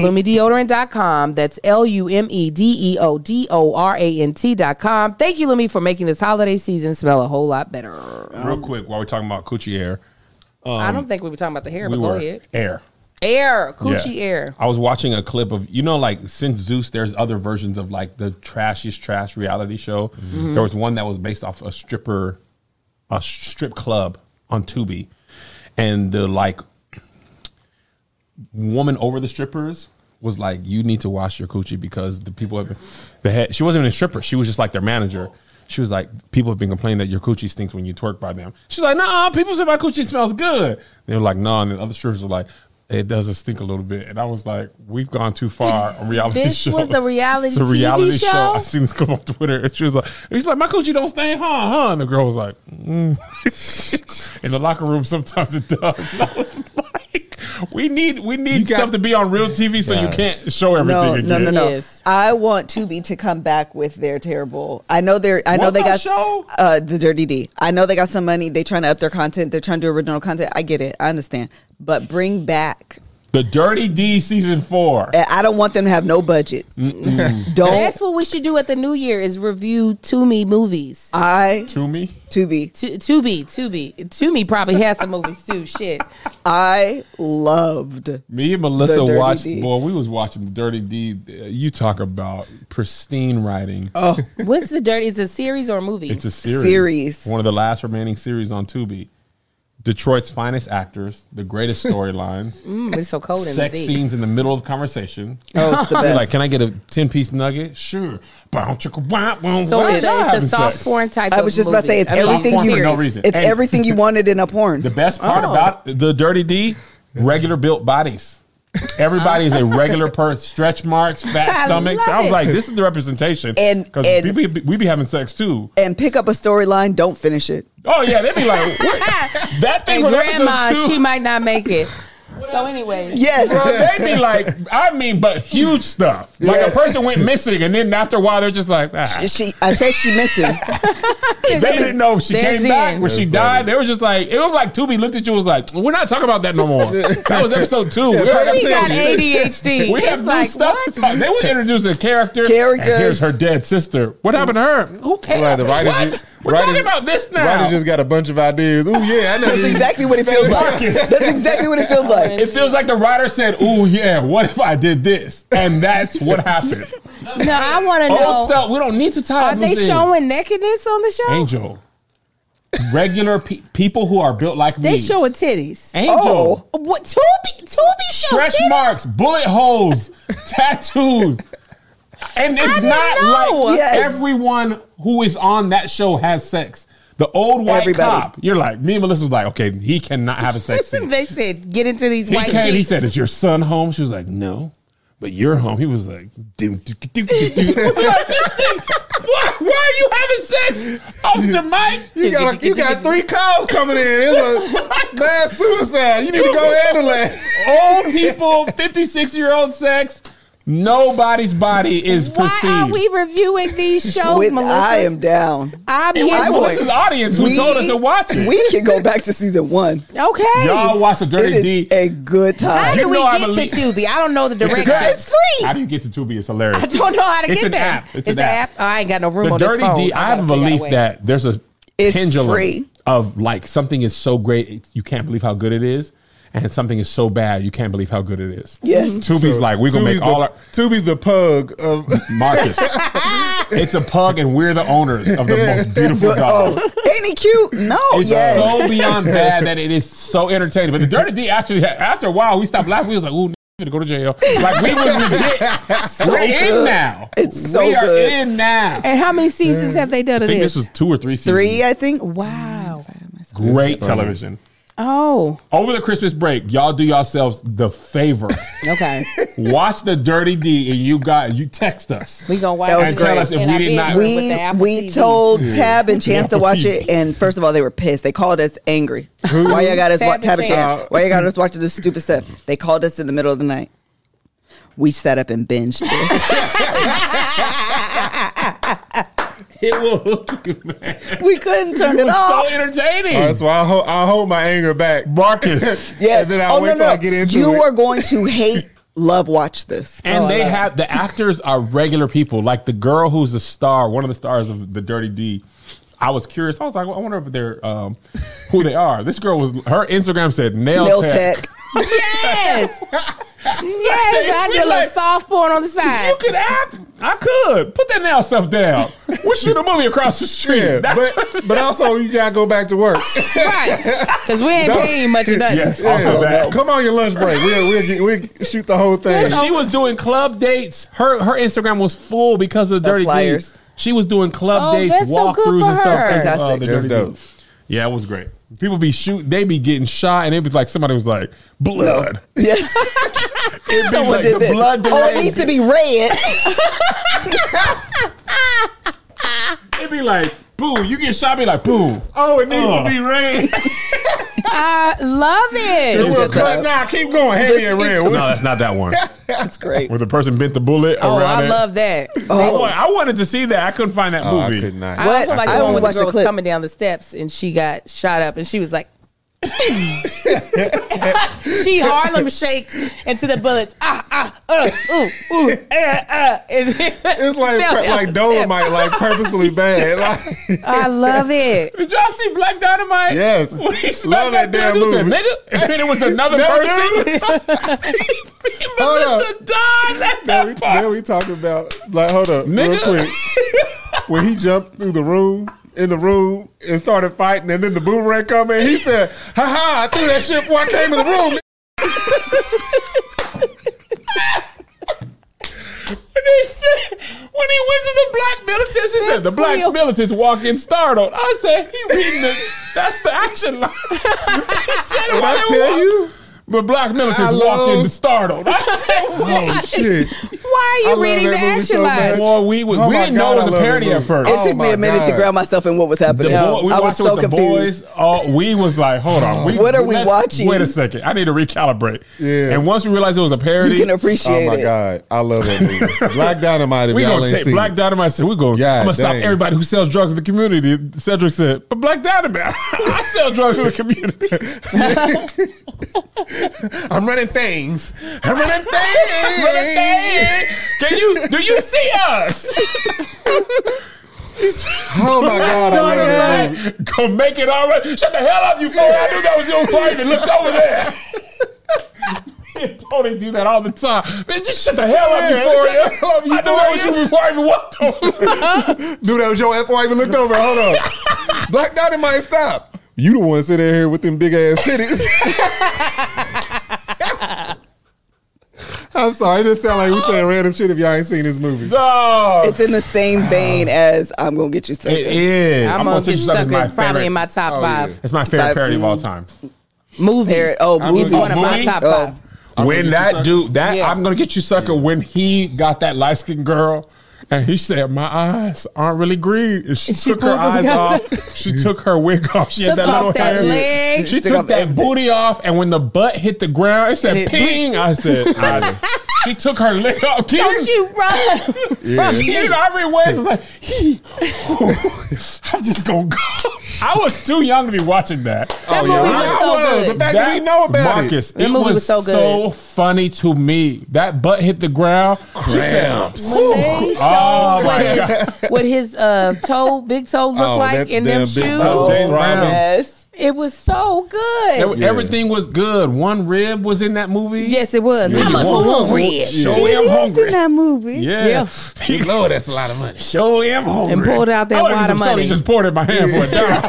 Speaker 4: lumideodorant.com. That's L U M E D E O D O R A N T.com. Thank you, Lumi, for making this holiday season smell a whole lot better.
Speaker 3: Real quick, while we're talking about coochie air,
Speaker 4: I don't think we were talking about the hair,
Speaker 3: we
Speaker 4: but go
Speaker 3: were
Speaker 4: ahead.
Speaker 3: air.
Speaker 4: Air, coochie
Speaker 3: Yeah.
Speaker 4: air.
Speaker 3: I was watching a clip of you know like since Zeus, there's other versions of like the trashiest trash reality show.
Speaker 4: Mm-hmm.
Speaker 3: There was one that was based off a stripper, a strip club on Tubi, and the like woman over the strippers was like, "You need to wash your coochie because the people have been." The head, she wasn't even a stripper; she was just like their manager. She was like, people have been complaining that your coochie stinks when you twerk by them. She's like, nah, people say my coochie smells good. They were like, no, nah. and the other strippers were like, it does not stink a little bit. And I was like, we've gone too far on reality
Speaker 4: This
Speaker 3: shows.
Speaker 4: was a reality TV show?
Speaker 3: I seen this clip on Twitter, and she was like, he's like, my coochie don't stink, huh, huh? And the girl was like, mm. in the locker room, sometimes it does. And I was like, we need we need
Speaker 6: You got-
Speaker 3: stuff to be on real TV so you
Speaker 6: Gosh.
Speaker 3: can't show everything
Speaker 5: No,
Speaker 3: again.
Speaker 5: no, no, no.
Speaker 4: Yes.
Speaker 5: I want Tubi to come back with their terrible. I know they're. I know
Speaker 3: What's
Speaker 5: they
Speaker 3: that
Speaker 5: got
Speaker 3: show?
Speaker 5: Uh, the Dirty D. I know they got some money. They're trying to up their content. They're trying to do original content. I get it. I understand. But bring back. eh,
Speaker 3: The Dirty D season four.
Speaker 5: I I don't want them to have no budget.
Speaker 4: That's
Speaker 3: Oh.
Speaker 5: don't
Speaker 4: what we should do at the New Year is review Toomey movies.
Speaker 5: I
Speaker 3: To me,
Speaker 5: Tubi?
Speaker 4: Tu- Tubi, Tubi, Tubi probably has some movies too. Shit,
Speaker 5: I loved.
Speaker 3: me and Melissa
Speaker 5: The Dirty
Speaker 3: watched.
Speaker 5: D.
Speaker 3: Boy, we was watching the Dirty D. Uh, You talk about pristine writing.
Speaker 5: Oh,
Speaker 4: what's the dirty? Is it a series or a movie?
Speaker 3: It's a series.
Speaker 5: Series.
Speaker 3: One of the last remaining series on Tubi. Detroit's finest actors, the greatest storylines,
Speaker 4: Mm, it's so cold in
Speaker 3: sex
Speaker 4: the
Speaker 3: scenes in the middle of conversation.
Speaker 5: oh, it's the
Speaker 3: You're
Speaker 5: best.
Speaker 3: like, can I get a ten piece nugget? Sure. Bow, chicka, wow, wow,
Speaker 4: So
Speaker 3: wow.
Speaker 4: it's
Speaker 3: Y'all
Speaker 4: a, it's
Speaker 3: having
Speaker 4: a soft
Speaker 3: sex.
Speaker 4: porn type.
Speaker 5: I was
Speaker 4: of
Speaker 5: just about to say
Speaker 4: movie.
Speaker 5: it's
Speaker 4: I mean,
Speaker 5: everything
Speaker 3: porn
Speaker 5: you.
Speaker 3: for no
Speaker 4: series.
Speaker 3: reason.
Speaker 5: It's
Speaker 3: Hey.
Speaker 5: everything you wanted in a porn.
Speaker 3: The best part
Speaker 4: Oh.
Speaker 3: about the Dirty D, regular built bodies. Everybody is a regular person. Stretch marks,
Speaker 5: I
Speaker 3: fat stomachs.
Speaker 5: love
Speaker 3: I was
Speaker 5: it.
Speaker 3: like, this is the representation.
Speaker 5: And-
Speaker 3: because
Speaker 5: and-
Speaker 3: we, be, we be having sex too.
Speaker 5: and pick up a storyline. Don't finish it.
Speaker 3: Oh yeah, they be like, what? that thing.
Speaker 4: And
Speaker 3: from
Speaker 4: grandma,
Speaker 3: episode two,
Speaker 4: she might not make it. so anyway,
Speaker 5: Yes.
Speaker 3: Bro, they be like, I mean, but huge stuff. Like
Speaker 5: Yes.
Speaker 3: a person went missing, and then after a while, they're just like, ah.
Speaker 5: She, I said she missing.
Speaker 3: They didn't know if she
Speaker 4: There's
Speaker 3: came
Speaker 4: the
Speaker 3: back
Speaker 4: end.
Speaker 3: when she
Speaker 6: That's
Speaker 3: died. They were just like, it was like Tubi looked at you and was like, we're not talking about that no more. That was episode two. We're
Speaker 6: Yeah,
Speaker 3: talking
Speaker 4: We
Speaker 3: about
Speaker 4: got
Speaker 3: episode two.
Speaker 4: ADHD.
Speaker 3: We
Speaker 4: it's
Speaker 3: have new
Speaker 4: like,
Speaker 3: stuff.
Speaker 4: What?
Speaker 3: to talk- They would introduce a character.
Speaker 5: Character.
Speaker 3: and here's her dead sister. What happened to her? Who cares?
Speaker 6: Like the writer
Speaker 3: what?
Speaker 6: just-
Speaker 3: We're
Speaker 6: writer-
Speaker 3: talking about this now.
Speaker 6: Ryder just got a bunch of ideas. Oh yeah, I know.
Speaker 5: That's
Speaker 6: these.
Speaker 5: exactly what it feels like.
Speaker 3: Marcus.
Speaker 5: That's exactly what it feels like.
Speaker 3: it feels like the writer said, "Ooh, yeah. What if I did this?" And that's what happened.
Speaker 4: No, I want to
Speaker 3: Old
Speaker 4: know.
Speaker 3: stuff. We don't need to tie.
Speaker 4: Are they
Speaker 3: loose ends.
Speaker 4: showing nakedness on the show?
Speaker 3: Angel? Regular pe- people who are built like me.
Speaker 4: They Oh. showing titties.
Speaker 5: Oh.
Speaker 3: Angel.
Speaker 4: What? Tubi, Tubi show
Speaker 3: Stretch
Speaker 4: titties.
Speaker 3: marks, bullet holes, tattoos. And it's
Speaker 4: didn't
Speaker 3: not
Speaker 4: know.
Speaker 3: like
Speaker 5: Yes.
Speaker 3: everyone who is on that show has sex. The old white
Speaker 5: Everybody.
Speaker 3: cop, you're like, me and Melissa was like, okay, he cannot have a sex scene.
Speaker 4: They said, get into these
Speaker 3: He
Speaker 4: white
Speaker 3: came, he
Speaker 4: chicks.
Speaker 3: said, is your son home? She was like, no, but you're home. He was like, do, do, do, do, do. I'm like, why, why are you having sex, Officer Mike?
Speaker 6: You got, you got three calls coming in.
Speaker 5: Oh
Speaker 6: It's a mass suicide. You need to go handle that.
Speaker 3: Old people, 56 year old sex, nobody's body is
Speaker 4: Why are
Speaker 3: perceived.
Speaker 4: we reviewing these shows,
Speaker 5: With,
Speaker 4: Melissa?
Speaker 5: I am down.
Speaker 4: I'm
Speaker 3: It
Speaker 4: here
Speaker 3: was
Speaker 5: I
Speaker 4: for
Speaker 5: would-
Speaker 3: Melissa's audience who told us to watch it.
Speaker 5: We can go back to season one.
Speaker 4: Okay.
Speaker 3: Y'all watch the
Speaker 5: It
Speaker 3: Dirty
Speaker 5: is
Speaker 3: D.
Speaker 5: a good
Speaker 4: How
Speaker 5: time.
Speaker 3: You
Speaker 4: do we
Speaker 3: know I
Speaker 4: get
Speaker 3: believe-
Speaker 4: to Tubi? I don't know the direction.
Speaker 5: Girl, it's free.
Speaker 3: How do you get to Tubi? It's hilarious.
Speaker 4: I don't know how to
Speaker 3: It's
Speaker 4: get
Speaker 3: an
Speaker 4: there.
Speaker 3: app. It's an app.
Speaker 4: Oh, I ain't got no room
Speaker 3: the
Speaker 4: on
Speaker 3: dirty
Speaker 4: this phone.
Speaker 3: D. I have a
Speaker 4: gotta figure out
Speaker 3: belief
Speaker 4: way.
Speaker 3: that there's a
Speaker 5: It's
Speaker 3: pendulum
Speaker 5: free.
Speaker 3: of like something is so great it- you can't believe how good it is, and something is so bad you can't believe how good it is.
Speaker 5: Yes.
Speaker 3: Tubi's like we're gonna
Speaker 6: Tubi's
Speaker 3: make all
Speaker 6: the,
Speaker 3: our
Speaker 6: Tubi's the pug of
Speaker 3: Marcus. it's a pug, and we're the owners of the most beautiful dog.
Speaker 5: oh, Ain't he cute? No.
Speaker 3: It's
Speaker 5: yes.
Speaker 3: so beyond bad that it is so entertaining. But the Dirty D actually, after a while, we stopped laughing. We was like, "Ooh, gonna go to jail." Like we was legit. we're in
Speaker 5: good.
Speaker 3: now.
Speaker 5: It's so
Speaker 3: we are
Speaker 5: good.
Speaker 3: in now. I
Speaker 4: And how many seasons have they done of
Speaker 3: think
Speaker 4: this?
Speaker 3: this was two or three seasons.
Speaker 5: Three, I think.
Speaker 4: wow.
Speaker 3: Great television.
Speaker 4: Oh,
Speaker 3: Over the Christmas break, y'all do yourselves the favor.
Speaker 4: okay.
Speaker 3: Watch the Dirty D, and you got you text us.
Speaker 4: We gonna watch
Speaker 5: That was
Speaker 4: it.
Speaker 5: great. And tell
Speaker 3: us if
Speaker 4: And
Speaker 3: we
Speaker 4: I
Speaker 3: did
Speaker 4: been
Speaker 3: not-
Speaker 4: here with
Speaker 5: We
Speaker 4: the Apple
Speaker 5: we
Speaker 4: TV.
Speaker 5: told Tab and Chance to
Speaker 3: Apple
Speaker 5: watch
Speaker 3: TV.
Speaker 5: it, and first of all, they were pissed. They called us angry. Why y'all got us
Speaker 4: Tab
Speaker 5: wa-
Speaker 4: and
Speaker 5: Tab and
Speaker 4: Chance.
Speaker 5: Chance? Why y'all got us watching this stupid stuff? They called us in the middle of the night. We sat up and binged this.
Speaker 3: It will hook you, man.
Speaker 5: we couldn't turn
Speaker 3: It
Speaker 5: it
Speaker 3: was so
Speaker 5: off.
Speaker 3: entertaining.
Speaker 6: That's why I, ho- I hold my anger back.
Speaker 3: Marcus.
Speaker 5: Yes. Oh,
Speaker 6: And then I wait till I get into
Speaker 5: you
Speaker 6: it.
Speaker 5: are going to hate love watch this.
Speaker 3: And
Speaker 4: Oh, I
Speaker 3: they
Speaker 4: love it.
Speaker 3: have the actors are regular people. Like the girl who's the star, one of the stars of the Dirty D. I was curious. I was like, I wonder if they're um, who they are. This girl was her Instagram said nail,
Speaker 5: Nail
Speaker 3: tech.
Speaker 5: tech.
Speaker 4: Yes, yes. I
Speaker 3: We
Speaker 4: did a little
Speaker 3: like-
Speaker 4: soft porn on the side.
Speaker 3: You could act. I could put that nail stuff down. We shoot a movie across the street.
Speaker 6: Yeah,
Speaker 3: That's
Speaker 6: but but also you gotta go back to work.
Speaker 4: Right, because we ain't paying much of nothing.
Speaker 3: yes,
Speaker 6: Yeah.
Speaker 5: Oh.
Speaker 3: also that.
Speaker 6: Come on your lunch break. We'll we'll, get, we'll shoot the whole thing.
Speaker 3: She was doing club dates. Her her Instagram was full because of the dirty
Speaker 5: flyers.
Speaker 3: D. She was doing club
Speaker 4: Oh,
Speaker 3: dates,
Speaker 4: that's so good
Speaker 3: walkthroughs,
Speaker 4: for
Speaker 3: and stuff.
Speaker 4: her.
Speaker 3: at, uh,
Speaker 5: Fantastic.
Speaker 3: the
Speaker 6: That's
Speaker 3: Dirty Dozen.
Speaker 6: dope.
Speaker 3: Yeah, it was great. People be shooting, they be getting shot, and it was like somebody was like blood.
Speaker 5: Yes.
Speaker 3: It be
Speaker 5: Someone
Speaker 3: like
Speaker 5: did
Speaker 3: the
Speaker 5: this.
Speaker 3: blood.
Speaker 5: Oh, it needs to be red.
Speaker 3: It be like boo. You get shot, be like boo.
Speaker 6: Oh, it needs
Speaker 3: Ugh.
Speaker 6: to be rain.
Speaker 4: I love it.
Speaker 5: It's
Speaker 6: Well,
Speaker 5: good though.
Speaker 6: cut now. Keep going. Heavy and red.
Speaker 3: No, that's not that one.
Speaker 5: That's great.
Speaker 3: Where the person bent the bullet
Speaker 4: Oh,
Speaker 3: around.
Speaker 4: I
Speaker 3: it.
Speaker 4: love that.
Speaker 3: I, wa- I wanted to see that. I couldn't find that
Speaker 6: Oh, I
Speaker 3: movie.
Speaker 6: could not.
Speaker 4: I
Speaker 5: Uh,
Speaker 4: also
Speaker 5: What?
Speaker 4: like
Speaker 5: I
Speaker 4: the one
Speaker 5: only
Speaker 4: where the
Speaker 5: watched the
Speaker 4: girl was
Speaker 5: clip.
Speaker 4: coming down the steps and she got shot up and she was like, she Harlem shaked into the bullets. Ah, ah, uh, ooh, ooh, uh, uh, and
Speaker 6: It's like
Speaker 4: fell down
Speaker 6: like
Speaker 4: the
Speaker 6: Dolomite, like purposefully bad. Like,
Speaker 4: steps. I love it.
Speaker 3: Did y'all see Black Dynamite?
Speaker 6: Yes.
Speaker 3: When he smacked
Speaker 6: Love
Speaker 3: that
Speaker 6: that damn
Speaker 3: dude, he said,
Speaker 6: movie.
Speaker 3: nigga. And then it was another
Speaker 6: That
Speaker 3: person.
Speaker 6: dude.
Speaker 3: He
Speaker 6: Hold
Speaker 3: must have died at
Speaker 6: Then we,
Speaker 3: that part.
Speaker 6: then we talking about like hold up, real
Speaker 3: Nigga.
Speaker 6: quick. When he jumped through the room, in the room, and started fighting, and then the boomerang come in, he said, "Ha ha! I threw that shit before I came in the room."
Speaker 3: And he said, when he went to the black militants, he said, the black
Speaker 4: real.
Speaker 3: militants walk in startled. I said, he reading the, that's the action line. he said,
Speaker 6: Did
Speaker 3: why
Speaker 6: I
Speaker 3: they
Speaker 6: tell
Speaker 3: walk-
Speaker 6: you?
Speaker 3: But black militants
Speaker 6: Hello?
Speaker 3: walked in startled. I said,
Speaker 6: Oh
Speaker 3: what?
Speaker 6: shit!
Speaker 4: Why are you
Speaker 6: I love
Speaker 4: reading the
Speaker 6: that movie
Speaker 4: action
Speaker 6: so
Speaker 4: line?
Speaker 6: much.
Speaker 3: Boy, we, was,
Speaker 6: Oh
Speaker 3: we
Speaker 6: my
Speaker 3: didn't
Speaker 6: God,
Speaker 3: know it
Speaker 6: I
Speaker 3: was a
Speaker 6: love
Speaker 3: parody
Speaker 6: this
Speaker 3: at
Speaker 6: movie.
Speaker 3: first.
Speaker 5: It took me
Speaker 6: my
Speaker 5: a minute to
Speaker 6: God.
Speaker 5: ground myself in what was
Speaker 3: The
Speaker 5: happening.
Speaker 3: boy, we
Speaker 5: I was
Speaker 3: watched it
Speaker 5: so
Speaker 3: with the
Speaker 5: confused.
Speaker 3: boys. Oh, we was like, hold on. We,
Speaker 5: What are we
Speaker 3: let's-
Speaker 5: watching?
Speaker 3: Wait a second. I need to recalibrate.
Speaker 6: Yeah.
Speaker 3: And once we realized it was a parody,
Speaker 5: You can
Speaker 6: Oh
Speaker 5: appreciate
Speaker 6: my
Speaker 5: it.
Speaker 6: god, I love that movie. Black Dynamite. If
Speaker 3: we
Speaker 6: y'all
Speaker 3: gonna
Speaker 6: ain't
Speaker 3: take
Speaker 6: seen it.
Speaker 3: Black Dynamite. Said we gonna.
Speaker 6: God
Speaker 3: I'm gonna stop
Speaker 6: dang.
Speaker 3: everybody who sells drugs in the community. Cedric said, but Black Dynamite, I sell drugs in the community.
Speaker 6: I'm running things. I'm running things.
Speaker 3: Can you? Do you see us?
Speaker 6: Oh my god, I love that movie.
Speaker 3: Go make it all right. Shut the hell up, you fool! I knew that was your wife and looked over there. Me and Tony do that all the time. Man, just shut the hell up, you
Speaker 6: Yeah,
Speaker 3: fool!
Speaker 6: shut the hell up, you
Speaker 3: I knew that was
Speaker 6: fool.
Speaker 3: you before I even walked over.
Speaker 6: Dude, that was your F. I even looked over. Hold on. Black Dynamite, stop. You the one sitting here with them big ass titties. I'm sorry. It just sound like we saying random shit if y'all ain't seen this movie.
Speaker 3: Dog.
Speaker 5: It's in the
Speaker 6: Oh.
Speaker 5: same vein as I'm gonna get you something.
Speaker 3: It is.
Speaker 4: I'm, gonna, get
Speaker 3: teach you something
Speaker 4: suckers.
Speaker 3: my
Speaker 4: probably
Speaker 3: favorite-
Speaker 4: in my top
Speaker 6: Oh,
Speaker 4: five.
Speaker 6: yeah.
Speaker 3: It's my favorite
Speaker 5: Like,
Speaker 3: parody of all time.
Speaker 4: Movie.
Speaker 5: There- oh,
Speaker 6: I'm
Speaker 5: movie.
Speaker 4: It's one of my
Speaker 3: movie?
Speaker 4: top
Speaker 5: Oh.
Speaker 4: five.
Speaker 3: when
Speaker 6: gonna get you
Speaker 3: that
Speaker 6: sucker.
Speaker 3: dude, that
Speaker 4: Yeah.
Speaker 3: I'm gonna get you sucker. When he got that light skinned girl, and he said, "My eyes aren't really green." And she,
Speaker 4: She
Speaker 3: took her
Speaker 4: pulled them
Speaker 3: eyes
Speaker 4: out.
Speaker 3: off. She took her wig off. She had
Speaker 4: Took
Speaker 3: that
Speaker 4: off
Speaker 3: little
Speaker 4: that
Speaker 3: hair.
Speaker 4: leg.
Speaker 3: She
Speaker 5: She took
Speaker 3: took
Speaker 5: off
Speaker 3: that
Speaker 5: everything.
Speaker 3: booty off, and when the butt hit the ground, it said
Speaker 4: And it
Speaker 3: "ping." I said, I, "She took her leg off." Kid,
Speaker 4: Don't you run. from me.
Speaker 3: Kid Ivory Wayans was like, "He- "I'm just gonna go." I was too young to be watching that.
Speaker 4: That movie
Speaker 6: I
Speaker 4: was so
Speaker 6: was.
Speaker 4: good.
Speaker 6: The fact that, we know about
Speaker 3: Marcus,
Speaker 6: it.
Speaker 4: That
Speaker 3: it
Speaker 4: movie
Speaker 3: was,
Speaker 4: was so
Speaker 3: so
Speaker 4: good.
Speaker 3: funny to me. That butt hit the ground. She said,
Speaker 4: They showed
Speaker 3: Oh, my
Speaker 4: what,
Speaker 3: God.
Speaker 4: his, what his uh, toe, big toe, looked
Speaker 6: Oh,
Speaker 4: like
Speaker 6: that
Speaker 4: in them
Speaker 6: damn big
Speaker 4: shoes.
Speaker 6: toe.
Speaker 3: James
Speaker 6: Brown.
Speaker 3: Brown.
Speaker 5: Yes.
Speaker 4: It was so
Speaker 3: Ev-
Speaker 4: good.
Speaker 6: Yeah.
Speaker 3: Everything was good. One rib was in that movie.
Speaker 4: Yes, it was. How much for
Speaker 3: One-
Speaker 4: one red?
Speaker 3: Show
Speaker 5: It
Speaker 3: him
Speaker 5: is
Speaker 3: hungry.
Speaker 5: in that movie.
Speaker 3: yeah.
Speaker 4: Yeah.
Speaker 6: Good Lord, that's a lot of money.
Speaker 3: Show him hungry.
Speaker 4: And pulled out that
Speaker 3: I wanna
Speaker 4: wad
Speaker 3: get some
Speaker 4: of
Speaker 3: soda.
Speaker 4: money.
Speaker 3: Just poured it in my hand for a dollar.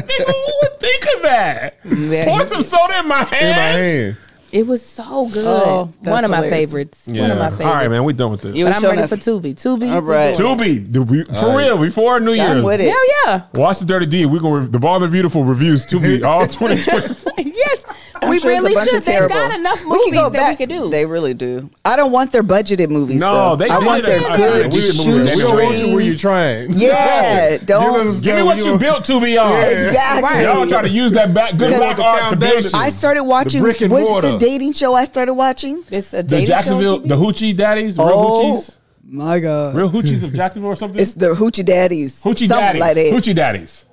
Speaker 3: Nigga, who would think of that?
Speaker 4: Yeah.
Speaker 3: Pour some soda in my
Speaker 6: In my
Speaker 3: hand.
Speaker 6: hand.
Speaker 4: It was so good.
Speaker 5: Oh, that's
Speaker 4: one of my
Speaker 5: hilarious.
Speaker 4: favorites. One of my favorites.
Speaker 3: All right, man. We done with this.
Speaker 5: You
Speaker 4: But
Speaker 5: was
Speaker 4: I'm
Speaker 5: showing
Speaker 4: ready
Speaker 5: us-
Speaker 4: for Tubi. Tubi.
Speaker 5: All right.
Speaker 4: Hell
Speaker 3: Tubi, do we- for
Speaker 6: right.
Speaker 3: real, before New Year's.
Speaker 5: I'm with it.
Speaker 4: yeah.
Speaker 3: Watch the Dirty D. We're gonna the Ball the Beautiful reviews to be all 2020.
Speaker 4: yes.
Speaker 5: I'm
Speaker 4: we
Speaker 5: sure it's a
Speaker 4: really
Speaker 5: bunch
Speaker 4: should.
Speaker 5: of
Speaker 4: They've
Speaker 5: terrible.
Speaker 4: got enough
Speaker 5: We
Speaker 4: movies
Speaker 5: can go
Speaker 4: that
Speaker 5: back.
Speaker 4: we could do.
Speaker 5: They really do. I don't want their budgeted movies.
Speaker 3: No,
Speaker 5: though.
Speaker 3: they
Speaker 5: I
Speaker 3: did
Speaker 5: want
Speaker 3: it.
Speaker 5: their
Speaker 3: I
Speaker 5: good
Speaker 3: did. We did
Speaker 5: shoe
Speaker 3: movies.
Speaker 6: We don't want you where you're
Speaker 5: strings.
Speaker 6: trying.
Speaker 5: Yeah, don't-
Speaker 6: Give us-
Speaker 3: Give me what you built to be on.
Speaker 5: Exactly.
Speaker 4: Right.
Speaker 3: Y'all trying to use that back good
Speaker 5: Because
Speaker 3: black
Speaker 6: the
Speaker 3: art to build
Speaker 6: foundation.
Speaker 5: I
Speaker 3: it.
Speaker 5: started watching.
Speaker 6: brick and
Speaker 5: What's the
Speaker 6: mortar.
Speaker 5: dating show I started watching?
Speaker 4: it's a
Speaker 3: The
Speaker 4: dating
Speaker 3: Jacksonville,
Speaker 4: show.
Speaker 3: the Hoochie Daddies, real Hoochies,
Speaker 5: my god!
Speaker 3: real Hoochies of Jacksonville or something.
Speaker 5: Oh. It's the Hoochie Daddies.
Speaker 3: Hoochie
Speaker 5: something
Speaker 3: Daddies,
Speaker 5: like that.
Speaker 3: Hoochie Daddies.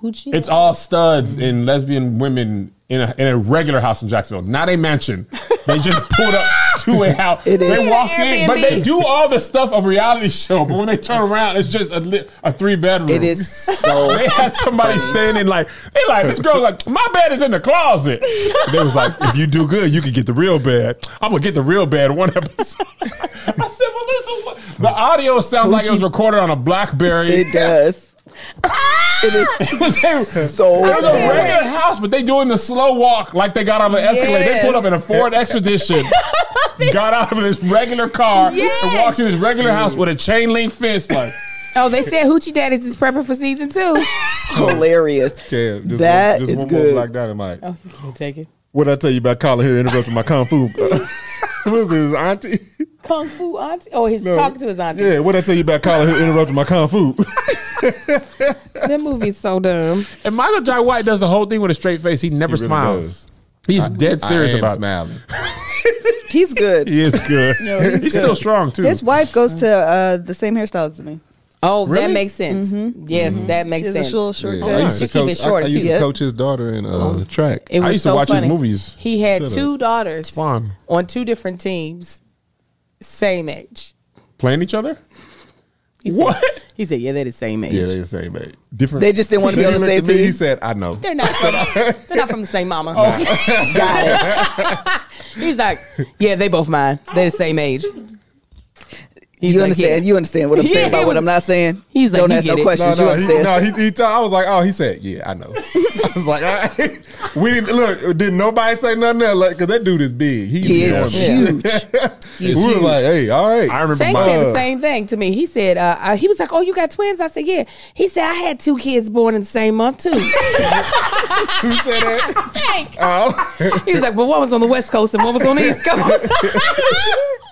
Speaker 4: Hoochie.
Speaker 3: It's all studs and lesbian women in a, in a regular house in Jacksonville, not a mansion. They just pulled up to a house.
Speaker 5: It is.
Speaker 3: They walk in, but
Speaker 4: Airbnb.
Speaker 3: they do all the stuff of reality show. But when they turn around, it's just a, li- a three bedroom.
Speaker 5: It is so.
Speaker 3: They had somebody standing like they like this girl's like my bed is in the closet. They was like, if you do good, you can get the real bed. I'm gonna get the real bed one episode. I said, well, listen, what? the audio sounds like it was recorded on a BlackBerry.
Speaker 5: it does. It is
Speaker 3: There's
Speaker 5: so
Speaker 3: a regular house, but they doing the slow walk like they got out of an escalator.
Speaker 4: Yeah.
Speaker 3: They pulled up in a Ford Expedition, got out of this regular car, and
Speaker 4: Yes.
Speaker 3: walked in this regular house with a chain link fence. Like,
Speaker 4: Oh, they said Hoochie Daddies is prepping for season two.
Speaker 5: hilarious.
Speaker 6: Okay, just
Speaker 5: That
Speaker 6: one, just
Speaker 5: is
Speaker 6: one
Speaker 5: good.
Speaker 6: More black dynamite.
Speaker 4: Oh, Take it.
Speaker 6: What did I tell you about Colin here interrupting my kung fu? Who's his auntie?
Speaker 4: Kung Fu auntie. Oh, he's
Speaker 6: No.
Speaker 4: talking to his auntie.
Speaker 6: Yeah, what did I tell you about Colin here interrupting my kung fu?
Speaker 4: That movie's so dumb.
Speaker 3: and Michael Jai White does the whole thing with a straight face. He never
Speaker 6: He really
Speaker 3: smiles.
Speaker 6: does.
Speaker 3: He's dead serious
Speaker 6: I am
Speaker 3: about it.
Speaker 6: smiling.
Speaker 5: He's good.
Speaker 3: He is good. he's still strong too.
Speaker 5: His wife goes to uh, the same hairstylist as me.
Speaker 4: Oh, that
Speaker 3: Really? Mm-hmm.
Speaker 4: makes sense. Yes, that makes
Speaker 5: She's a
Speaker 4: sense.
Speaker 5: short, short
Speaker 6: I
Speaker 5: cut.
Speaker 6: used
Speaker 4: You
Speaker 6: to
Speaker 4: keep it
Speaker 6: coach. I,
Speaker 4: short, Oh.
Speaker 6: I used
Speaker 5: yeah.
Speaker 6: to coach his daughter in uh, track.
Speaker 4: It was
Speaker 3: I used to
Speaker 4: so
Speaker 3: watch his
Speaker 4: funny.
Speaker 3: movies.
Speaker 4: He had
Speaker 6: Shut
Speaker 4: two daughters
Speaker 3: Fun.
Speaker 4: on two different teams, same age.
Speaker 3: Playing each other?
Speaker 4: He
Speaker 3: What?
Speaker 4: Said, he said, "Yeah, they're the same age.
Speaker 6: Yeah, they the same age.
Speaker 3: Different.
Speaker 5: They just didn't want to
Speaker 6: He
Speaker 5: be on the
Speaker 6: looked at
Speaker 5: same
Speaker 6: me, He
Speaker 5: team.
Speaker 6: said, "I know."
Speaker 4: they're not. From, they're not from the same mama."
Speaker 3: Oh.
Speaker 4: He's like, "Yeah, they both mine. They're the same age." He's
Speaker 5: You
Speaker 4: like,
Speaker 5: understand?
Speaker 4: "Yeah."
Speaker 5: You understand what I'm
Speaker 4: Yeah,
Speaker 5: saying
Speaker 4: he
Speaker 5: about what
Speaker 4: was-
Speaker 5: I'm not saying?
Speaker 4: he's like,
Speaker 5: don't
Speaker 4: he
Speaker 5: ask
Speaker 4: get
Speaker 5: no
Speaker 4: it.
Speaker 6: No,
Speaker 5: questions.
Speaker 6: no,
Speaker 5: you
Speaker 6: he,
Speaker 5: understand?
Speaker 6: no. He, he told, I was like, "Oh," he said, "Yeah, I know." I was like, "All right." "We didn't look. Didn't nobody say nothing else? Like, cause that dude is big. He,
Speaker 5: He is
Speaker 6: enormous.
Speaker 5: huge.
Speaker 6: we was like, "Hey, all right."
Speaker 3: I remember
Speaker 4: Tank
Speaker 3: my
Speaker 4: said the same thing to me. He said, uh, uh, he was like, "Oh, you got twins?" I said, "Yeah." He said, "I had two kids born in the same month too."
Speaker 6: Who said that?
Speaker 4: Tank.
Speaker 6: Oh.
Speaker 4: He was like, "Well, one was on the west coast and one was on the east coast."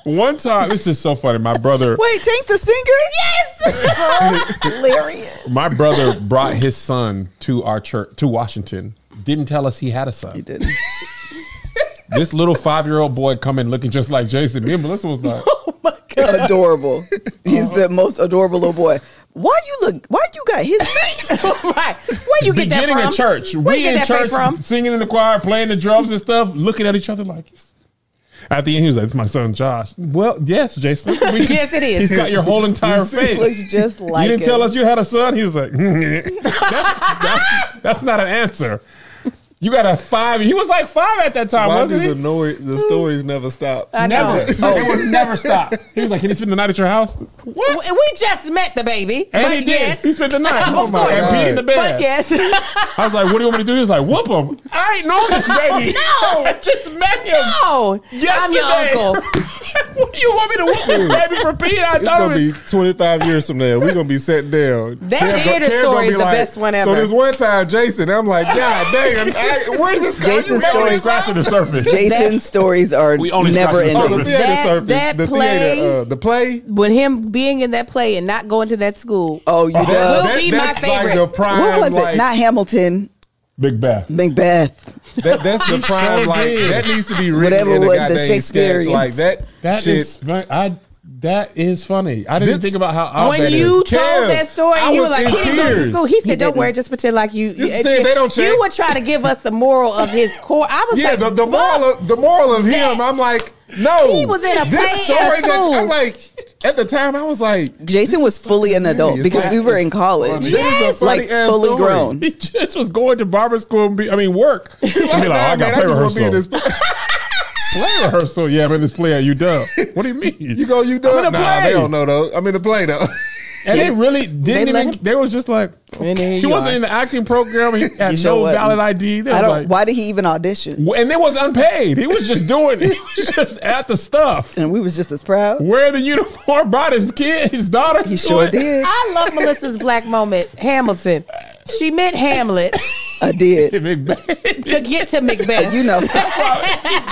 Speaker 3: one time. This is so funny. My brother,
Speaker 5: Wait, Tank the singer? Yes. Hilarious.
Speaker 3: my brother brought his son to our church to Washington. Didn't tell us he had a son.
Speaker 5: didn't.
Speaker 3: This little five year old boy coming looking just like Jason. Me and Melissa was like,
Speaker 5: adorable. He's the most adorable little boy. Why you look? Why you got his face?
Speaker 4: right? Where you get that
Speaker 3: beginning
Speaker 4: from?
Speaker 3: of church.
Speaker 4: Where you
Speaker 3: We
Speaker 4: get
Speaker 3: in
Speaker 4: that
Speaker 3: church
Speaker 4: face from?
Speaker 3: singing in the choir, playing the drums and stuff, looking at each other like. At the end, he was like, "It's my son, Josh." Well, yes, Jason. We-
Speaker 4: Yes, it is.
Speaker 3: He's got your whole entire
Speaker 5: He
Speaker 3: face.
Speaker 5: looks just like
Speaker 3: you didn't
Speaker 5: him.
Speaker 3: tell us you had a son. He was like, that's, that's, that's not an answer. You got a five. He was like five at that time,
Speaker 6: Why do
Speaker 3: wasn't he?
Speaker 6: the, nor- the stories never stop?
Speaker 4: I know. Oh.
Speaker 3: Never. It would never stop. He was like, "Can you spend the night at your house?" What?
Speaker 4: W- We just met the baby,
Speaker 3: And
Speaker 4: but
Speaker 3: he did.
Speaker 4: yes,
Speaker 3: He spent the night.
Speaker 4: Of course.
Speaker 3: And peed in the bed.
Speaker 4: but yes,
Speaker 3: I was like, "What do you want me to do?" He was like, "Whoop him." I ain't know this baby.
Speaker 4: No.
Speaker 3: I just met him.
Speaker 4: no, I'm your
Speaker 3: yesterday.
Speaker 4: uncle.
Speaker 3: what do you want me to whoop this baby for peeing? I
Speaker 6: It's
Speaker 3: thought
Speaker 6: gonna
Speaker 3: it
Speaker 6: be
Speaker 3: was.
Speaker 6: 25 years from now. We're gonna be sitting down.
Speaker 4: That
Speaker 6: Cam go-
Speaker 4: theater
Speaker 6: Cam
Speaker 4: story
Speaker 6: gonna
Speaker 4: is the
Speaker 6: be
Speaker 4: best one ever.
Speaker 6: So this one time, Jason, I'm like, God damn, I, where's this?
Speaker 5: Jason's
Speaker 6: you
Speaker 5: story
Speaker 3: Only
Speaker 5: is
Speaker 6: remember
Speaker 3: scratching the surface.
Speaker 5: Jason's stories are
Speaker 3: We only
Speaker 5: never
Speaker 3: scratched the
Speaker 6: this? Oh, the
Speaker 3: surface.
Speaker 5: ending.
Speaker 4: That-
Speaker 6: theater surface,
Speaker 4: that
Speaker 6: the
Speaker 4: play-
Speaker 6: theater, uh, the play.
Speaker 4: But him being in that play and not going to that school,
Speaker 5: Oh, you
Speaker 4: will
Speaker 5: done.
Speaker 4: be my
Speaker 6: uh, that's
Speaker 4: favorite.
Speaker 6: Like the prime,
Speaker 5: What was
Speaker 6: like,
Speaker 5: it? Not Hamilton.
Speaker 3: Big Beth.
Speaker 5: Macbeth.
Speaker 6: that, that's the prime.
Speaker 3: sure
Speaker 6: like
Speaker 3: did.
Speaker 6: that needs to be written
Speaker 5: Whatever
Speaker 6: in the
Speaker 5: was the
Speaker 6: goddamn sketch.
Speaker 5: Shakespearean.
Speaker 6: Like that,
Speaker 3: That
Speaker 6: shit.
Speaker 3: is fun- I. That is funny. I didn't
Speaker 6: This-
Speaker 3: think about how odd
Speaker 4: when
Speaker 3: that is.
Speaker 4: you
Speaker 6: Kev,
Speaker 4: told that story,
Speaker 6: I
Speaker 4: and you were
Speaker 6: was
Speaker 4: like,
Speaker 6: in
Speaker 4: "He didn't go to
Speaker 6: tears.
Speaker 4: school." He said,
Speaker 5: He
Speaker 4: "Don't
Speaker 5: didn't.
Speaker 4: worry, just pretend like you."
Speaker 6: Just pretend they don't
Speaker 4: you
Speaker 6: check.
Speaker 4: were trying to give us the moral of his core. I was
Speaker 6: Yeah,
Speaker 4: like,
Speaker 6: the, the
Speaker 4: "What?"
Speaker 6: moral of the moral of him, I'm like, no.
Speaker 4: He was in a
Speaker 6: This
Speaker 4: play at
Speaker 6: story that-
Speaker 4: school.
Speaker 6: I'm like, at the time, I was like,
Speaker 5: Jason was fully an adult
Speaker 6: is
Speaker 5: because
Speaker 6: that-
Speaker 5: we were in college.
Speaker 6: funny. Yes. This is a
Speaker 5: like
Speaker 6: funny-ass
Speaker 5: fully
Speaker 6: story.
Speaker 5: grown.
Speaker 3: He just was going to barber school. And be, I mean, work. He'd be like, oh, I
Speaker 6: "Nah, man,
Speaker 3: got play
Speaker 6: just wanna
Speaker 3: rehearsal.
Speaker 6: play.
Speaker 3: play rehearsal. Yeah, I'm in this play at UW. What do you mean?
Speaker 6: You go, you
Speaker 3: I'm
Speaker 6: done?
Speaker 3: in a
Speaker 6: Nah,
Speaker 3: play.
Speaker 6: they don't know though. I'm in a play though.
Speaker 3: And they really didn't
Speaker 4: They let
Speaker 3: even.
Speaker 4: him-
Speaker 3: They was just like
Speaker 4: And here
Speaker 3: he
Speaker 4: you
Speaker 3: wasn't
Speaker 4: are.
Speaker 3: in the acting program. He had
Speaker 5: sure
Speaker 3: no
Speaker 5: wasn't.
Speaker 3: valid ID. They
Speaker 5: I
Speaker 3: was
Speaker 5: don't.
Speaker 3: like,
Speaker 5: why did he even audition?
Speaker 3: and they was unpaid. He was just doing. He was just at the stuff.
Speaker 5: And we was just as proud.
Speaker 3: Wearing the uniform, brought his kid, his daughter.
Speaker 5: He sure did.
Speaker 4: I love Melissa's black moment. Hamilton. She meant Hamlet
Speaker 5: I did.
Speaker 3: Big bang.
Speaker 4: to get to Macbeth.
Speaker 5: You know,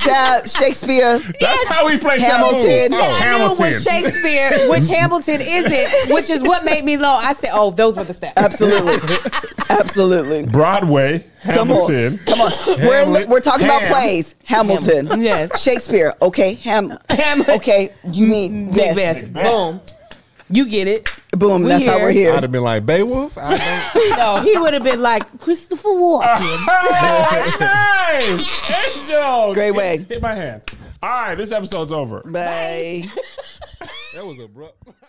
Speaker 5: child Shakespeare.
Speaker 3: That's how he played
Speaker 5: Hamilton.
Speaker 3: Taboo.
Speaker 5: Then
Speaker 4: I knew it was Shakespeare, which Hamilton isn't, which is what made me low. I said, "Oh, those were the steps."
Speaker 6: Uh,
Speaker 5: Absolutely. Absolutely.
Speaker 3: Broadway.
Speaker 5: Come
Speaker 3: Hamilton.
Speaker 5: on. Come on. We're,
Speaker 3: Hamlet.
Speaker 5: we're talking about
Speaker 3: Ham.
Speaker 5: plays. Hamilton.
Speaker 4: Ham. Yes.
Speaker 5: Shakespeare. Okay. Ham.
Speaker 4: Hamlet.
Speaker 5: Okay. You mean
Speaker 4: Big
Speaker 5: this.
Speaker 4: Beth. Boom. You get it.
Speaker 5: Boom.
Speaker 4: We
Speaker 5: that's how
Speaker 4: here.
Speaker 5: we're here.
Speaker 6: I'd have been like Beowulf. I don't-
Speaker 4: No, he would have been like Christopher Walken.
Speaker 3: Hey, Angel.
Speaker 5: Great
Speaker 3: Hit-
Speaker 5: way.
Speaker 3: Hit my hand. All right, this episode's over.
Speaker 5: Bye.
Speaker 6: that was abrupt.